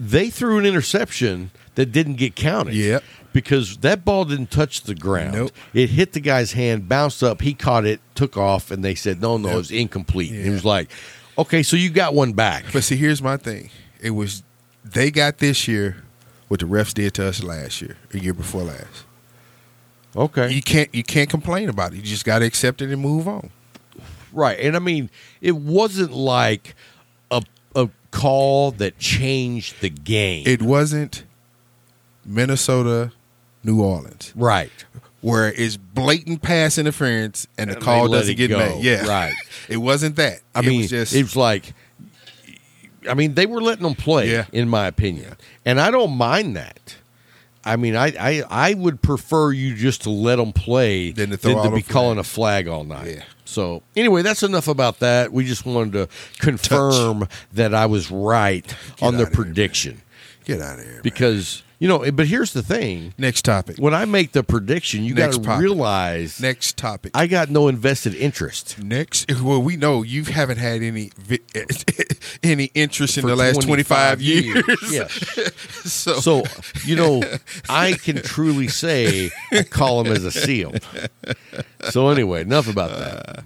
[SPEAKER 3] They threw an interception that didn't get counted.
[SPEAKER 4] Yep.
[SPEAKER 3] Because that ball didn't touch the ground.
[SPEAKER 4] Nope.
[SPEAKER 3] It hit the guy's hand, bounced up, he caught it, took off, and they said, No, no, it was incomplete. And It
[SPEAKER 4] Yeah.
[SPEAKER 3] was like, Okay, so you got one back.
[SPEAKER 4] But see, here's my thing. It was they got this year what the refs did to us last year, a year before last.
[SPEAKER 3] Okay.
[SPEAKER 4] You can't you can't complain about it. You just got to accept it and move on.
[SPEAKER 3] Right. And I mean, it wasn't like a a call that changed the game.
[SPEAKER 4] It wasn't Minnesota, New Orleans,
[SPEAKER 3] right.
[SPEAKER 4] where it's blatant pass interference and the
[SPEAKER 3] And
[SPEAKER 4] call
[SPEAKER 3] they let
[SPEAKER 4] doesn't
[SPEAKER 3] it
[SPEAKER 4] get
[SPEAKER 3] go.
[SPEAKER 4] made. Yeah,
[SPEAKER 3] Right.
[SPEAKER 4] it wasn't that.
[SPEAKER 3] I
[SPEAKER 4] it
[SPEAKER 3] mean,
[SPEAKER 4] was just
[SPEAKER 3] it was like I mean, they were letting them play
[SPEAKER 4] Yeah.
[SPEAKER 3] in my opinion. And I don't mind that. I mean, I, I I would prefer you just to let them play
[SPEAKER 4] Than to throw all
[SPEAKER 3] be
[SPEAKER 4] them
[SPEAKER 3] calling a flag all night.
[SPEAKER 4] Yeah.
[SPEAKER 3] So anyway, that's enough about that. We just wanted to confirm that I was right on the
[SPEAKER 4] outta here, man.
[SPEAKER 3] prediction
[SPEAKER 4] get out of here. man.
[SPEAKER 3] because you know. But here's the thing:
[SPEAKER 4] Next topic.
[SPEAKER 3] when I make the prediction, you got
[SPEAKER 4] Next
[SPEAKER 3] to
[SPEAKER 4] topic.
[SPEAKER 3] realize
[SPEAKER 4] Next topic.
[SPEAKER 3] I got no invested interest.
[SPEAKER 4] Next, well, we know you haven't had any vi- any interest in
[SPEAKER 3] For
[SPEAKER 4] the last twenty five
[SPEAKER 3] 25
[SPEAKER 4] years.
[SPEAKER 3] years. Yes.
[SPEAKER 4] so,
[SPEAKER 3] So, you know, I can truly say I call him as a seal. So, anyway, enough about that.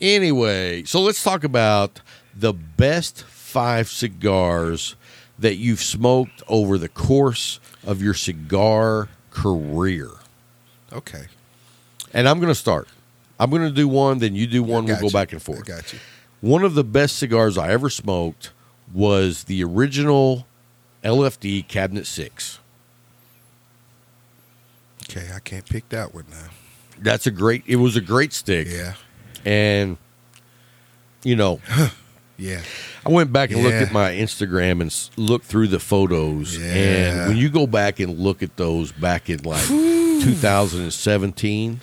[SPEAKER 3] Anyway, so let's talk about the best five cigars that you've smoked over the course of your cigar career.
[SPEAKER 4] Okay.
[SPEAKER 3] And I'm going to start. I'm going to do one, then you do one.
[SPEAKER 4] Got
[SPEAKER 3] we'll
[SPEAKER 4] you.
[SPEAKER 3] go back and
[SPEAKER 4] I
[SPEAKER 3] forth.
[SPEAKER 4] got you.
[SPEAKER 3] One of the best cigars I ever smoked was the original LFD Cabinet 6.
[SPEAKER 4] Okay, I can't pick that one now.
[SPEAKER 3] That's a great, it was a great stick.
[SPEAKER 4] Yeah.
[SPEAKER 3] And, you know,
[SPEAKER 4] Yeah.
[SPEAKER 3] I went back and looked
[SPEAKER 4] Yeah.
[SPEAKER 3] at my Instagram and s- looked through the photos.
[SPEAKER 4] Yeah.
[SPEAKER 3] And when you go back and look at those back in like 2017,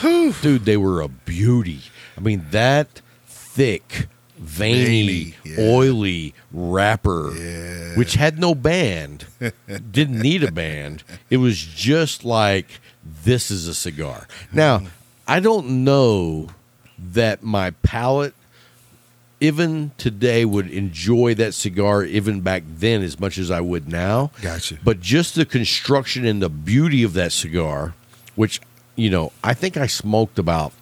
[SPEAKER 3] dude, they were a beauty. I mean, that thick, veiny,
[SPEAKER 4] Veiny, yeah.
[SPEAKER 3] oily wrapper,
[SPEAKER 4] Yeah.
[SPEAKER 3] which had no band, didn't need a band. It was just like, this is a cigar.
[SPEAKER 4] Hmm.
[SPEAKER 3] Now, I don't know that my palate even today would enjoy that cigar even back then as much as I would now.
[SPEAKER 4] Gotcha.
[SPEAKER 3] But just the construction and the beauty of that cigar, which you know, I think I smoked about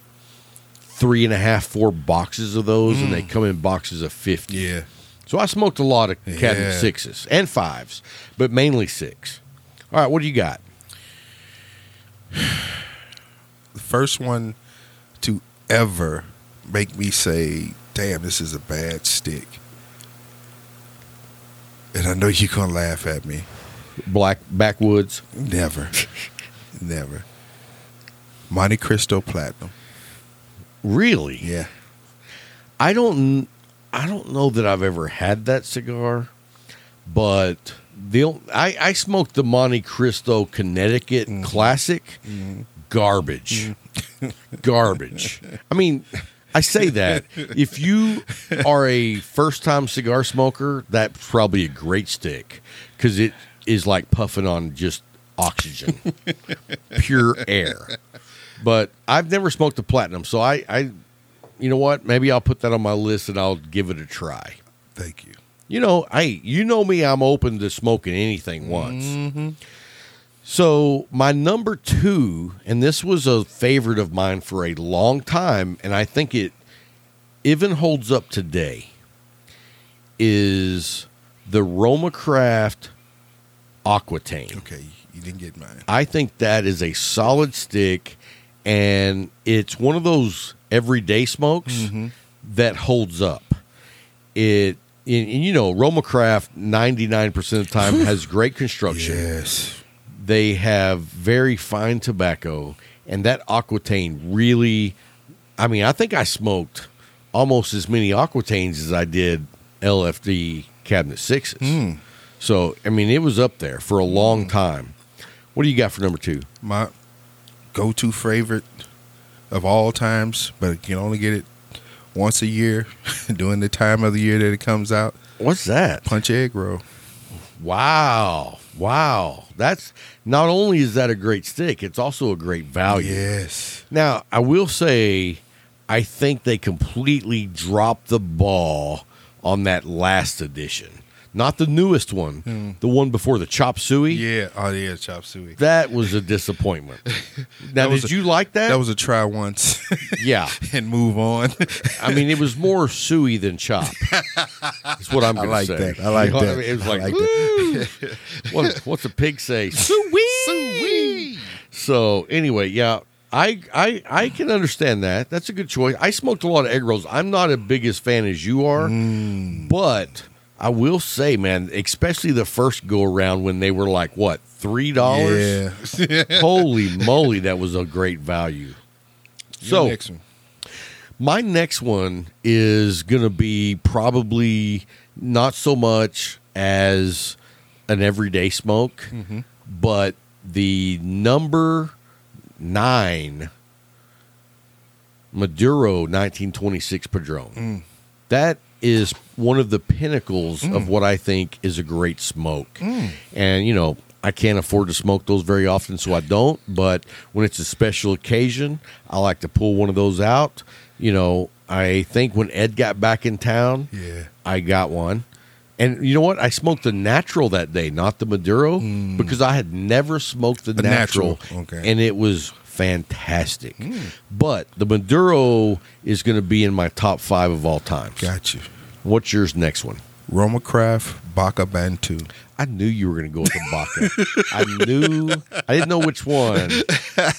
[SPEAKER 3] three and a half, four boxes of those, and they come in boxes of fifty.
[SPEAKER 4] Mm. Yeah.
[SPEAKER 3] So I smoked a lot of cabinet
[SPEAKER 4] Yeah.
[SPEAKER 3] sixes and fives, but mainly six. All right, what do you got?
[SPEAKER 4] The first one to ever make me say, damn, this is a bad stick. And I know you're going to laugh at me.
[SPEAKER 3] Black backwoods.
[SPEAKER 4] Never. Never. Monte Cristo Platinum.
[SPEAKER 3] Really?
[SPEAKER 4] Yeah.
[SPEAKER 3] I don't I don't know that I've ever had that cigar, but the o- I, I smoked the Monte Cristo Connecticut Classic garbage. garbage. I mean, I say that if you are a first-time cigar smoker, that's probably a great stick cuz it is like puffing on just oxygen, pure air. But I've never smoked a platinum, so I, I you know what? Maybe I'll put that on my list and I'll give it a try.
[SPEAKER 4] Thank you.
[SPEAKER 3] You know, hey, you know me, I'm open to smoking anything once. So, my number two, and this was a favorite of mine for a long time, and I think it even holds up today, is the Roma Craft Aquitaine.
[SPEAKER 4] Okay. You didn't get mine.
[SPEAKER 3] I think that is a solid stick, and it's one of those everyday smokes that holds up. It, and, and you know, Roma Craft ninety nine percent of the time has great construction.
[SPEAKER 4] Yes.
[SPEAKER 3] They have very fine tobacco, and that Aquitaine really. I mean, I think I smoked almost as many Aquitaines as I did LFD Cabinet Sixes. So, I mean, it was up there for a long time. What do you got for number two?
[SPEAKER 4] My go to favorite of all times, but you can only get it once a year during the time of the year that it comes out.
[SPEAKER 3] What's that?
[SPEAKER 4] Punch egg roll.
[SPEAKER 3] Wow. Wow. That's not only is that a great stick, it's also a great value.
[SPEAKER 4] Yes.
[SPEAKER 3] Now, I will say, I think they completely dropped the ball on that last edition. Not the newest one, the one before the chop suey.
[SPEAKER 4] Yeah. Oh yeah, chop suey. That,
[SPEAKER 3] That was a disappointment. now,
[SPEAKER 4] was
[SPEAKER 3] did
[SPEAKER 4] a-
[SPEAKER 3] you like that?
[SPEAKER 4] was a try once
[SPEAKER 3] yeah.
[SPEAKER 4] and move on.
[SPEAKER 3] I mean, it was more suey than chop. That's what I'm
[SPEAKER 4] I
[SPEAKER 3] going to
[SPEAKER 4] like
[SPEAKER 3] say.
[SPEAKER 4] that. I like
[SPEAKER 3] You know what
[SPEAKER 4] that.
[SPEAKER 3] It was
[SPEAKER 4] I
[SPEAKER 3] like,
[SPEAKER 4] like
[SPEAKER 3] "Woo!" what, what's a pig say? Suey. So anyway, yeah, I, I I can understand that. That's a good choice. I smoked a lot of egg rolls. I'm not a biggest fan as you are,
[SPEAKER 4] Mm.
[SPEAKER 3] but I will say, man, especially the first go around when they were like what three dollars.
[SPEAKER 4] yeah.
[SPEAKER 3] Holy moly, that was a great value.
[SPEAKER 4] Your
[SPEAKER 3] So
[SPEAKER 4] next one.
[SPEAKER 3] my next one is going to be probably not so much as an everyday smoke, but the number nine Maduro 1926 Padron. That is one of the pinnacles of what I think is a great smoke. And, you know, I can't afford to smoke those very often, so I don't. But when it's a special occasion, I like to pull one of those out. You know, I think when Ed got back in town,
[SPEAKER 4] Yeah.
[SPEAKER 3] I got one. And you know what? I smoked the natural that day, not the Maduro, because I had never smoked the
[SPEAKER 4] Mm. The
[SPEAKER 3] natural,
[SPEAKER 4] natural, okay. Mm.
[SPEAKER 3] and it was fantastic. But the Maduro is going to be in my top five of all time.
[SPEAKER 4] Got you.
[SPEAKER 3] What's yours next one?
[SPEAKER 4] Roma Craft Baka Bantu.
[SPEAKER 3] I knew you were going to go with the Baca. I knew. I didn't know which one,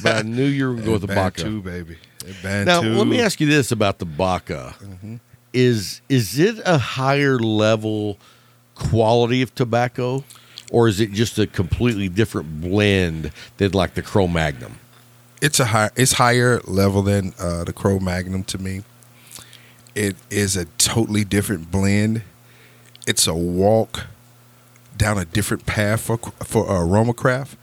[SPEAKER 3] but I knew you were going to go with the
[SPEAKER 4] Bantu,
[SPEAKER 3] Baca.
[SPEAKER 4] baby. Bantu.
[SPEAKER 3] Now, let me ask you this about the Baca:
[SPEAKER 4] Mm-hmm.
[SPEAKER 3] is is it a higher level quality of tobacco, or is it just a completely different blend than like the Cro Magnum?
[SPEAKER 4] It's a high. It's higher level than uh, the Crow Magnum to me. It is a totally different blend. It's a walk down a different path for for uh, Roma Craft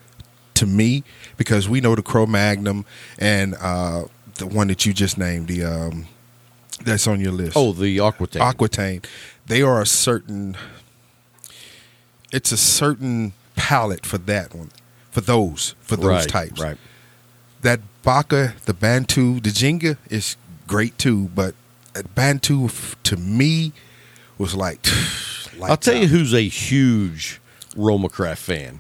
[SPEAKER 4] to me because we know the Crow Magnum and uh, the one that you just named the um, that's on your list.
[SPEAKER 3] Oh, the Aquitaine.
[SPEAKER 4] Aquitaine. They are a certain. It's a certain palette for that one, for those, for those
[SPEAKER 3] right,
[SPEAKER 4] types.
[SPEAKER 3] Right.
[SPEAKER 4] That Baka, the Bantu, the Jenga is great too, but Bantu f- to me was like.
[SPEAKER 3] I'll tell you who's a huge Roma Craft fan.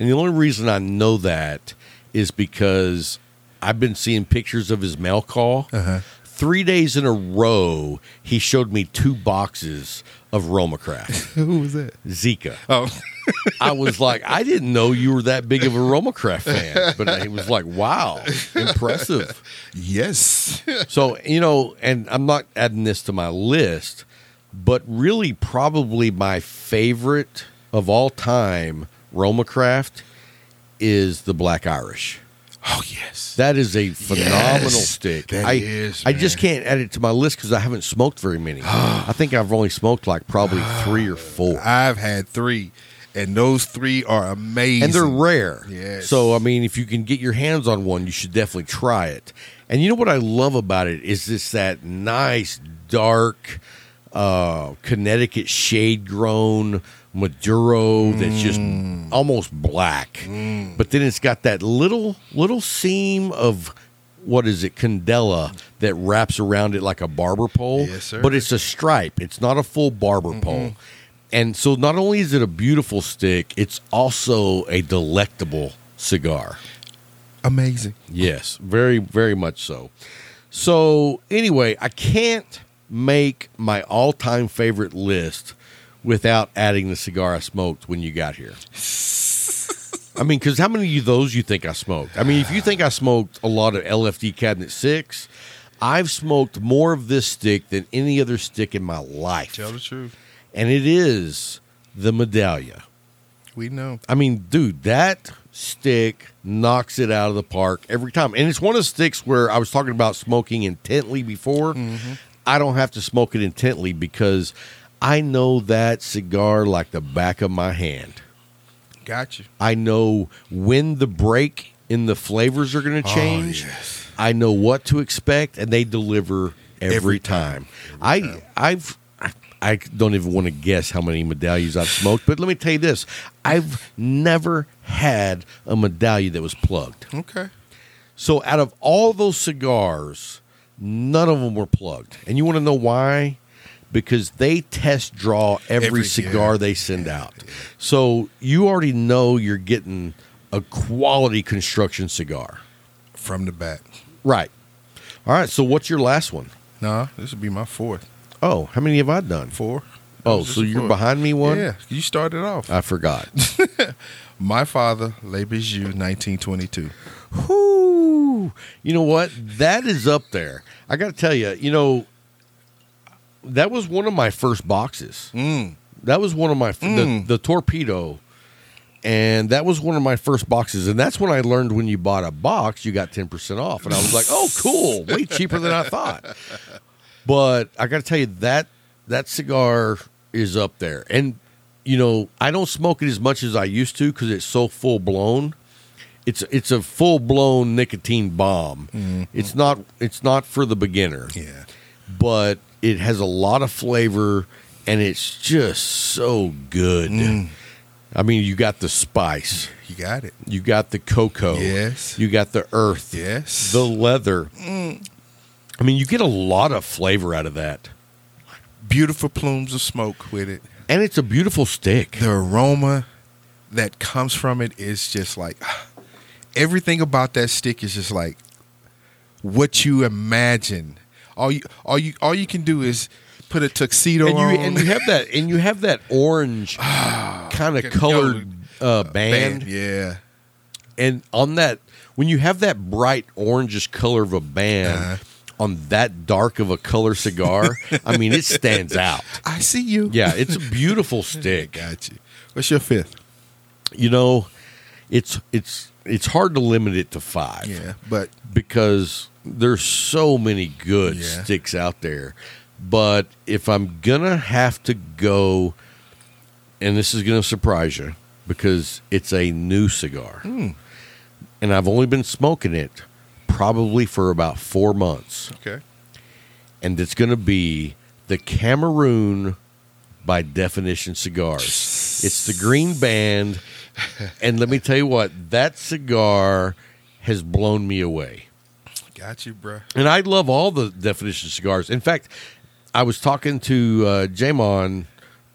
[SPEAKER 3] And the only reason I know that is because I've been seeing pictures of his mail call.
[SPEAKER 4] Uh-huh.
[SPEAKER 3] Three days in a row, he showed me two boxes of Roma Craft.
[SPEAKER 4] who was that?
[SPEAKER 3] Zika.
[SPEAKER 4] Oh,
[SPEAKER 3] I was like, I didn't know you were that big of a Roma Craft fan. But he was like, wow, impressive.
[SPEAKER 4] yes.
[SPEAKER 3] So, you know, and I'm not adding this to my list, but really probably my favorite of all time Roma Craft is the Black Irish.
[SPEAKER 4] Oh, yes.
[SPEAKER 3] That is a phenomenal
[SPEAKER 4] Yes,
[SPEAKER 3] stick.
[SPEAKER 4] that
[SPEAKER 3] I,
[SPEAKER 4] is,
[SPEAKER 3] I just can't add it to my list because I haven't smoked very many. I think I've only smoked like probably three or four.
[SPEAKER 4] I've had three, and those three are amazing.
[SPEAKER 3] and they're rare.
[SPEAKER 4] Yes.
[SPEAKER 3] So I mean, if you can get your hands on one, you should definitely try it. And you know what I love about it is this that nice dark uh, Connecticut shade grown Maduro that's just
[SPEAKER 4] Mm.
[SPEAKER 3] almost black, but then it's got that little little seam of. What is it, candela that wraps around it like a barber pole?
[SPEAKER 4] Yes, sir.
[SPEAKER 3] But it's a stripe. It's not a full barber pole. And so not only is it a beautiful stick, it's also a delectable cigar.
[SPEAKER 4] amazing.
[SPEAKER 3] Yes, very, very much so. So anyway, I can't make my all time favorite list without adding the cigar I smoked when you got here. I mean, because how many of those you think I smoked? I mean, if you think I smoked a lot of LFD Cabinet 6, I've smoked more of this stick than any other stick in my life
[SPEAKER 4] Tell the truth.
[SPEAKER 3] and it is the medallia.
[SPEAKER 4] We know.
[SPEAKER 3] I mean, dude, that stick knocks it out of the park every time. And it's one of the sticks where I was talking about smoking intently before. I don't have to smoke it intently because I know that cigar like the back of my hand.
[SPEAKER 4] Got you.
[SPEAKER 3] I know when the break in the flavors are going to change. I know what to expect, and they deliver every,
[SPEAKER 4] Every
[SPEAKER 3] time. I I've I, I don't even want to guess how many medallions I've smoked, but let me tell you this: I've never had a medallion that was plugged.
[SPEAKER 4] Okay.
[SPEAKER 3] So out of all those cigars, none of them were plugged. And you want to know why? Because they test draw every,
[SPEAKER 4] Every-
[SPEAKER 3] cigar
[SPEAKER 4] yeah.
[SPEAKER 3] they send out. So you already know you're getting a quality construction cigar.
[SPEAKER 4] From the back.
[SPEAKER 3] Right. All right. So what's your last one?
[SPEAKER 4] Nah, this would be my fourth.
[SPEAKER 3] Oh, how many have I done?
[SPEAKER 4] Four.
[SPEAKER 3] Oh,
[SPEAKER 4] This
[SPEAKER 3] so
[SPEAKER 4] is
[SPEAKER 3] you're
[SPEAKER 4] four.
[SPEAKER 3] behind me one?
[SPEAKER 4] Yeah, you started off.
[SPEAKER 3] I forgot.
[SPEAKER 4] My father, labors you, 1922.
[SPEAKER 3] Whoo! You know what? That is up there. I got to tell you, you know, that was one of my first boxes.
[SPEAKER 4] Mm.
[SPEAKER 3] That was one of my
[SPEAKER 4] Mm.
[SPEAKER 3] the, the torpedo, and that was one of my first boxes. And that's when I learned when you bought a box, you got ten percent off. And I was like, oh, cool, way cheaper than I thought. But I got to tell you that that cigar is up there, and you know I don't smoke it as much as I used to because it's so full blown. It's it's a full blown nicotine bomb.
[SPEAKER 4] Mm-hmm.
[SPEAKER 3] It's not it's not for the beginner
[SPEAKER 4] Yeah.
[SPEAKER 3] but it has a lot of flavor and it's just so good.
[SPEAKER 4] Mm.
[SPEAKER 3] I mean, you got the spice,
[SPEAKER 4] You got it.
[SPEAKER 3] you got the cocoa,
[SPEAKER 4] Yes.
[SPEAKER 3] you got the earth,
[SPEAKER 4] Yes. Mm.
[SPEAKER 3] the leather. I mean, you get a lot of flavor out of that.
[SPEAKER 4] beautiful plumes of smoke with it.
[SPEAKER 3] and it's a beautiful stick.
[SPEAKER 4] the aroma that comes from it is just like everything about that stick is just like what you imagine. All you all you all you can do is put a tuxedo
[SPEAKER 3] and you
[SPEAKER 4] on
[SPEAKER 3] and you have that and you have that orange kind of
[SPEAKER 4] Good
[SPEAKER 3] colored uh,
[SPEAKER 4] band.
[SPEAKER 3] band,
[SPEAKER 4] Yeah.
[SPEAKER 3] and on that when you have that bright orangish color of a band
[SPEAKER 4] Uh-huh.
[SPEAKER 3] on that dark of a color cigar, I mean it stands out.
[SPEAKER 4] I see you.
[SPEAKER 3] Yeah, it's a beautiful stick.
[SPEAKER 4] Got you. What's your fifth?
[SPEAKER 3] You know, it's it's it's hard to limit it to five.
[SPEAKER 4] Yeah. But
[SPEAKER 3] because there's so many good
[SPEAKER 4] Yeah.
[SPEAKER 3] sticks out there. But if I'm gonna have to go, and this is gonna surprise you because it's a new cigar, and I've only been smoking it probably for about four months,
[SPEAKER 4] Okay.
[SPEAKER 3] and it's gonna be the Cameroon by definition cigars. It's the green band, and let me tell you what that cigar has blown me away.
[SPEAKER 4] Got you, bruh.
[SPEAKER 3] And I love all the definition cigars. In fact, I was talking to uh, Jamon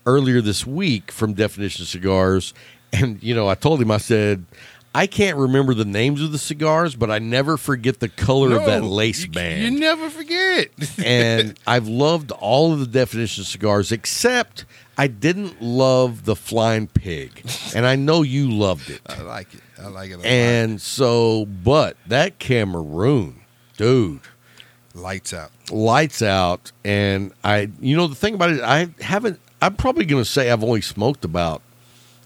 [SPEAKER 3] earlier this week from Definition Cigars, and you know, I told him I said I can't remember the names of the cigars, but I never forget the color of that
[SPEAKER 4] No,
[SPEAKER 3] lace
[SPEAKER 4] you-
[SPEAKER 3] band.
[SPEAKER 4] You never forget.
[SPEAKER 3] and I've loved all of the Definition Cigars except I didn't love the Flying Pig, and I know you loved it.
[SPEAKER 4] I like it. I like it a lot.
[SPEAKER 3] And so, but that Cameroon, dude
[SPEAKER 4] lights out.
[SPEAKER 3] lights out and i you know the thing about it i haven't i'm probably going to say i've only smoked about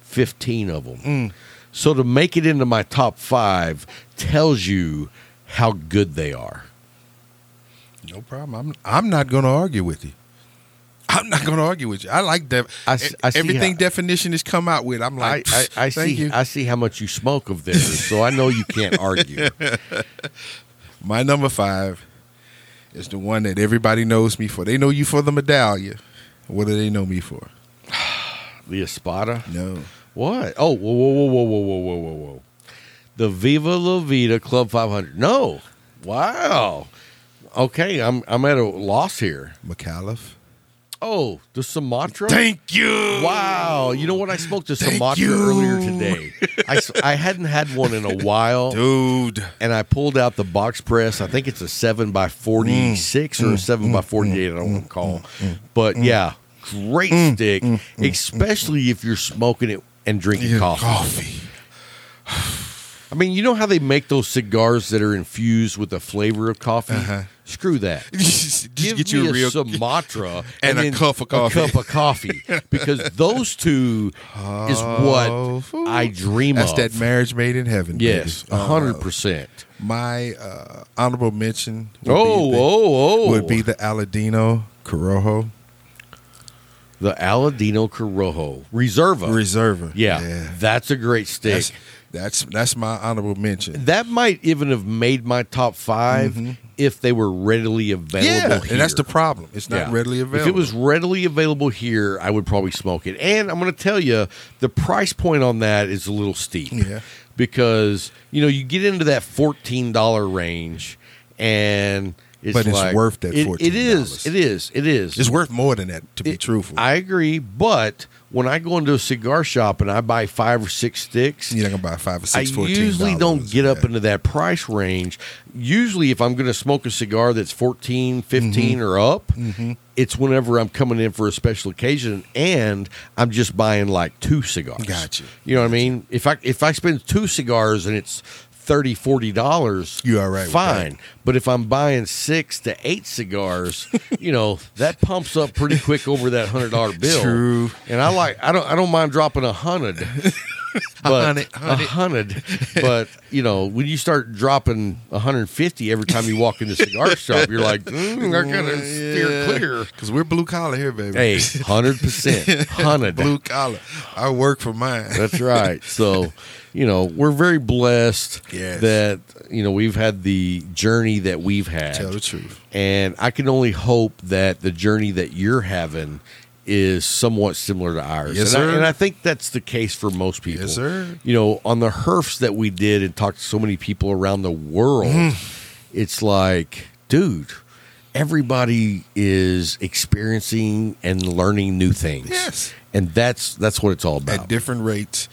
[SPEAKER 3] 15 of them
[SPEAKER 4] Mm.
[SPEAKER 3] so to make it into my top five tells you how good they are
[SPEAKER 4] No problem. I'm I'm not going to argue with you. I'm not going to argue with you. I like def- e-,
[SPEAKER 3] I s- I see
[SPEAKER 4] everything
[SPEAKER 3] how-
[SPEAKER 4] definition has come out with. I'm
[SPEAKER 3] I,
[SPEAKER 4] like,
[SPEAKER 3] I, I see
[SPEAKER 4] thank you.
[SPEAKER 3] I see how much you smoke of theirs, so I know you can't argue.
[SPEAKER 4] My number five is the one that everybody knows me for. They know you for the medallion. What do they know me for?
[SPEAKER 3] The Espada,
[SPEAKER 4] No.
[SPEAKER 3] what? Oh, whoa, whoa, whoa, whoa, whoa, whoa, whoa, whoa! The Viva La Vida Club 500. No, wow. Okay, I'm I'm at a loss here.
[SPEAKER 4] McAuliffe.
[SPEAKER 3] Oh, the Sumatra.
[SPEAKER 4] Thank you.
[SPEAKER 3] Wow. You know what? I smoked a
[SPEAKER 4] Thank
[SPEAKER 3] Sumatra
[SPEAKER 4] you.
[SPEAKER 3] earlier today. I, s- I hadn't had one in a while.
[SPEAKER 4] Dude.
[SPEAKER 3] And I pulled out the box press. I think it's a 7 by
[SPEAKER 4] Mm.
[SPEAKER 3] 46 or a 7 by 48 I don't recall. But yeah, great
[SPEAKER 4] Mm.
[SPEAKER 3] stick, especially if you're smoking it and drinking
[SPEAKER 4] Yeah, Oh.
[SPEAKER 3] coffee.
[SPEAKER 4] coffee.
[SPEAKER 3] I mean, you know how they make those cigars that are infused with the flavor of coffee?
[SPEAKER 4] Uh-huh.
[SPEAKER 3] Screw that.
[SPEAKER 4] Just
[SPEAKER 3] give
[SPEAKER 4] get
[SPEAKER 3] me
[SPEAKER 4] you
[SPEAKER 3] a
[SPEAKER 4] a real
[SPEAKER 3] Sumatra
[SPEAKER 4] and a
[SPEAKER 3] then
[SPEAKER 4] cup of coffee.
[SPEAKER 3] cup of coffee, because those two is
[SPEAKER 4] Oh, food.
[SPEAKER 3] what I dream
[SPEAKER 4] That's
[SPEAKER 3] of.
[SPEAKER 4] that marriage made in heaven.
[SPEAKER 3] yes,
[SPEAKER 4] baby. Uh,
[SPEAKER 3] hundred percent.
[SPEAKER 4] my uh, honorable mention would
[SPEAKER 3] Oh,
[SPEAKER 4] be the,
[SPEAKER 3] oh, oh!
[SPEAKER 4] would be the Aladino Corojo
[SPEAKER 3] the Aladino Corojo Reserva.
[SPEAKER 4] Uh, Reserver.
[SPEAKER 3] yeah, that's a great stick.
[SPEAKER 4] That's, that's that's my honorable mention.
[SPEAKER 3] that might even have made my top 5 if they were readily available.
[SPEAKER 4] Mm-hmm. Yeah,
[SPEAKER 3] here.
[SPEAKER 4] and that's the problem. It's not
[SPEAKER 3] Yeah.
[SPEAKER 4] readily
[SPEAKER 3] If
[SPEAKER 4] available.
[SPEAKER 3] it was readily available here, I would probably smoke it. And I'm going to tell you, the price point on that is a little steep.
[SPEAKER 4] Yeah.
[SPEAKER 3] Because, you know, you get into that $14 range and it's
[SPEAKER 4] But it's
[SPEAKER 3] like-
[SPEAKER 4] worth that
[SPEAKER 3] it- It
[SPEAKER 4] $14.
[SPEAKER 3] is. It is. It is.
[SPEAKER 4] it's worth more than that to be
[SPEAKER 3] It-
[SPEAKER 4] truthful.
[SPEAKER 3] I agree, but when I go into a cigar shop and I buy 5 or 6 sticks,
[SPEAKER 4] You're not gonna buy five or
[SPEAKER 3] I
[SPEAKER 4] six. $14.
[SPEAKER 3] usually don't get up
[SPEAKER 4] Yeah.
[SPEAKER 3] into that price range. Usually, if I'm going to smoke a cigar that's 14, 15
[SPEAKER 4] Mm-hmm.
[SPEAKER 3] or up, it's whenever I'm coming in for a special occasion and I'm just buying like two cigars.
[SPEAKER 4] Gotcha.
[SPEAKER 3] You know what I mean? If I if I spend two cigars and it's 30 40 dollars
[SPEAKER 4] You all right with that?
[SPEAKER 3] fine but if i'm buying six to eight cigars you know that pumps up pretty quick over that hundred dollar bill
[SPEAKER 4] True.
[SPEAKER 3] and i like i don't i don't mind dropping a hundred but
[SPEAKER 4] hundred,
[SPEAKER 3] a hundred. But you know, when you start dropping 150 every time you walk in the cigar shop, you're like, mm, I gotta steer clear.
[SPEAKER 4] because we're blue collar here, baby.
[SPEAKER 3] Hey, hundred percent,
[SPEAKER 4] blue
[SPEAKER 3] hundred.
[SPEAKER 4] collar. I work for mine.
[SPEAKER 3] That's right. So, you know, we're very blessed
[SPEAKER 4] Yes.
[SPEAKER 3] that you know we've had the journey that we've had.
[SPEAKER 4] Tell the truth.
[SPEAKER 3] And I can only hope that the journey that you're having is somewhat similar to ours.
[SPEAKER 4] Yes,
[SPEAKER 3] and,
[SPEAKER 4] sir.
[SPEAKER 3] I, and I think that's the case for most people.
[SPEAKER 4] Yes, sir.
[SPEAKER 3] You know, on the herfs that we did and talked to so many people around the world,
[SPEAKER 4] Mm.
[SPEAKER 3] it's like, dude, everybody is experiencing and learning new things.
[SPEAKER 4] Yes.
[SPEAKER 3] and that's that's what it's all
[SPEAKER 4] at
[SPEAKER 3] about.
[SPEAKER 4] different rates,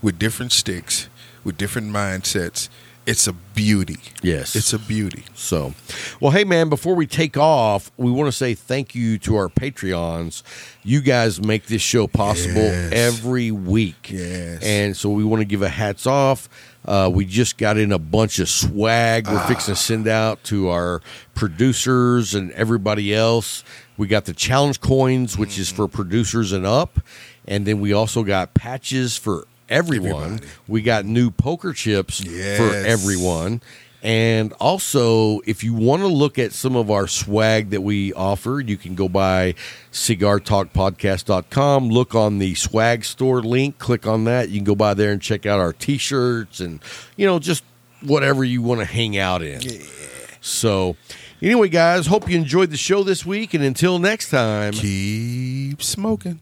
[SPEAKER 4] with different sticks, with different mindsets. It's a beauty.
[SPEAKER 3] Yes.
[SPEAKER 4] It's a beauty.
[SPEAKER 3] So, well, hey, man, before we take off, we want to say thank you to our Patreons. You guys make this show possible
[SPEAKER 4] Yes.
[SPEAKER 3] every week.
[SPEAKER 4] Yes.
[SPEAKER 3] And so we want to give a hats off. Uh, we just got in a bunch of swag
[SPEAKER 4] Ah.
[SPEAKER 3] we're fixing to send out to our producers and everybody else. We got the challenge coins, which is
[SPEAKER 4] Mm-hmm.
[SPEAKER 3] for producers and up. And then we also got patches for everyone. We got new poker chips for
[SPEAKER 4] Yes.
[SPEAKER 3] everyone. And also, if you want to look at some of our swag that we offer, you can go by cigartalkpodcast.com, look on the swag store link, click on that. You can go by there and check out our t shirts and, you know, just whatever you want to hang out in. So, anyway, guys, hope you enjoyed the show this week. And until next time.
[SPEAKER 4] Keep smoking.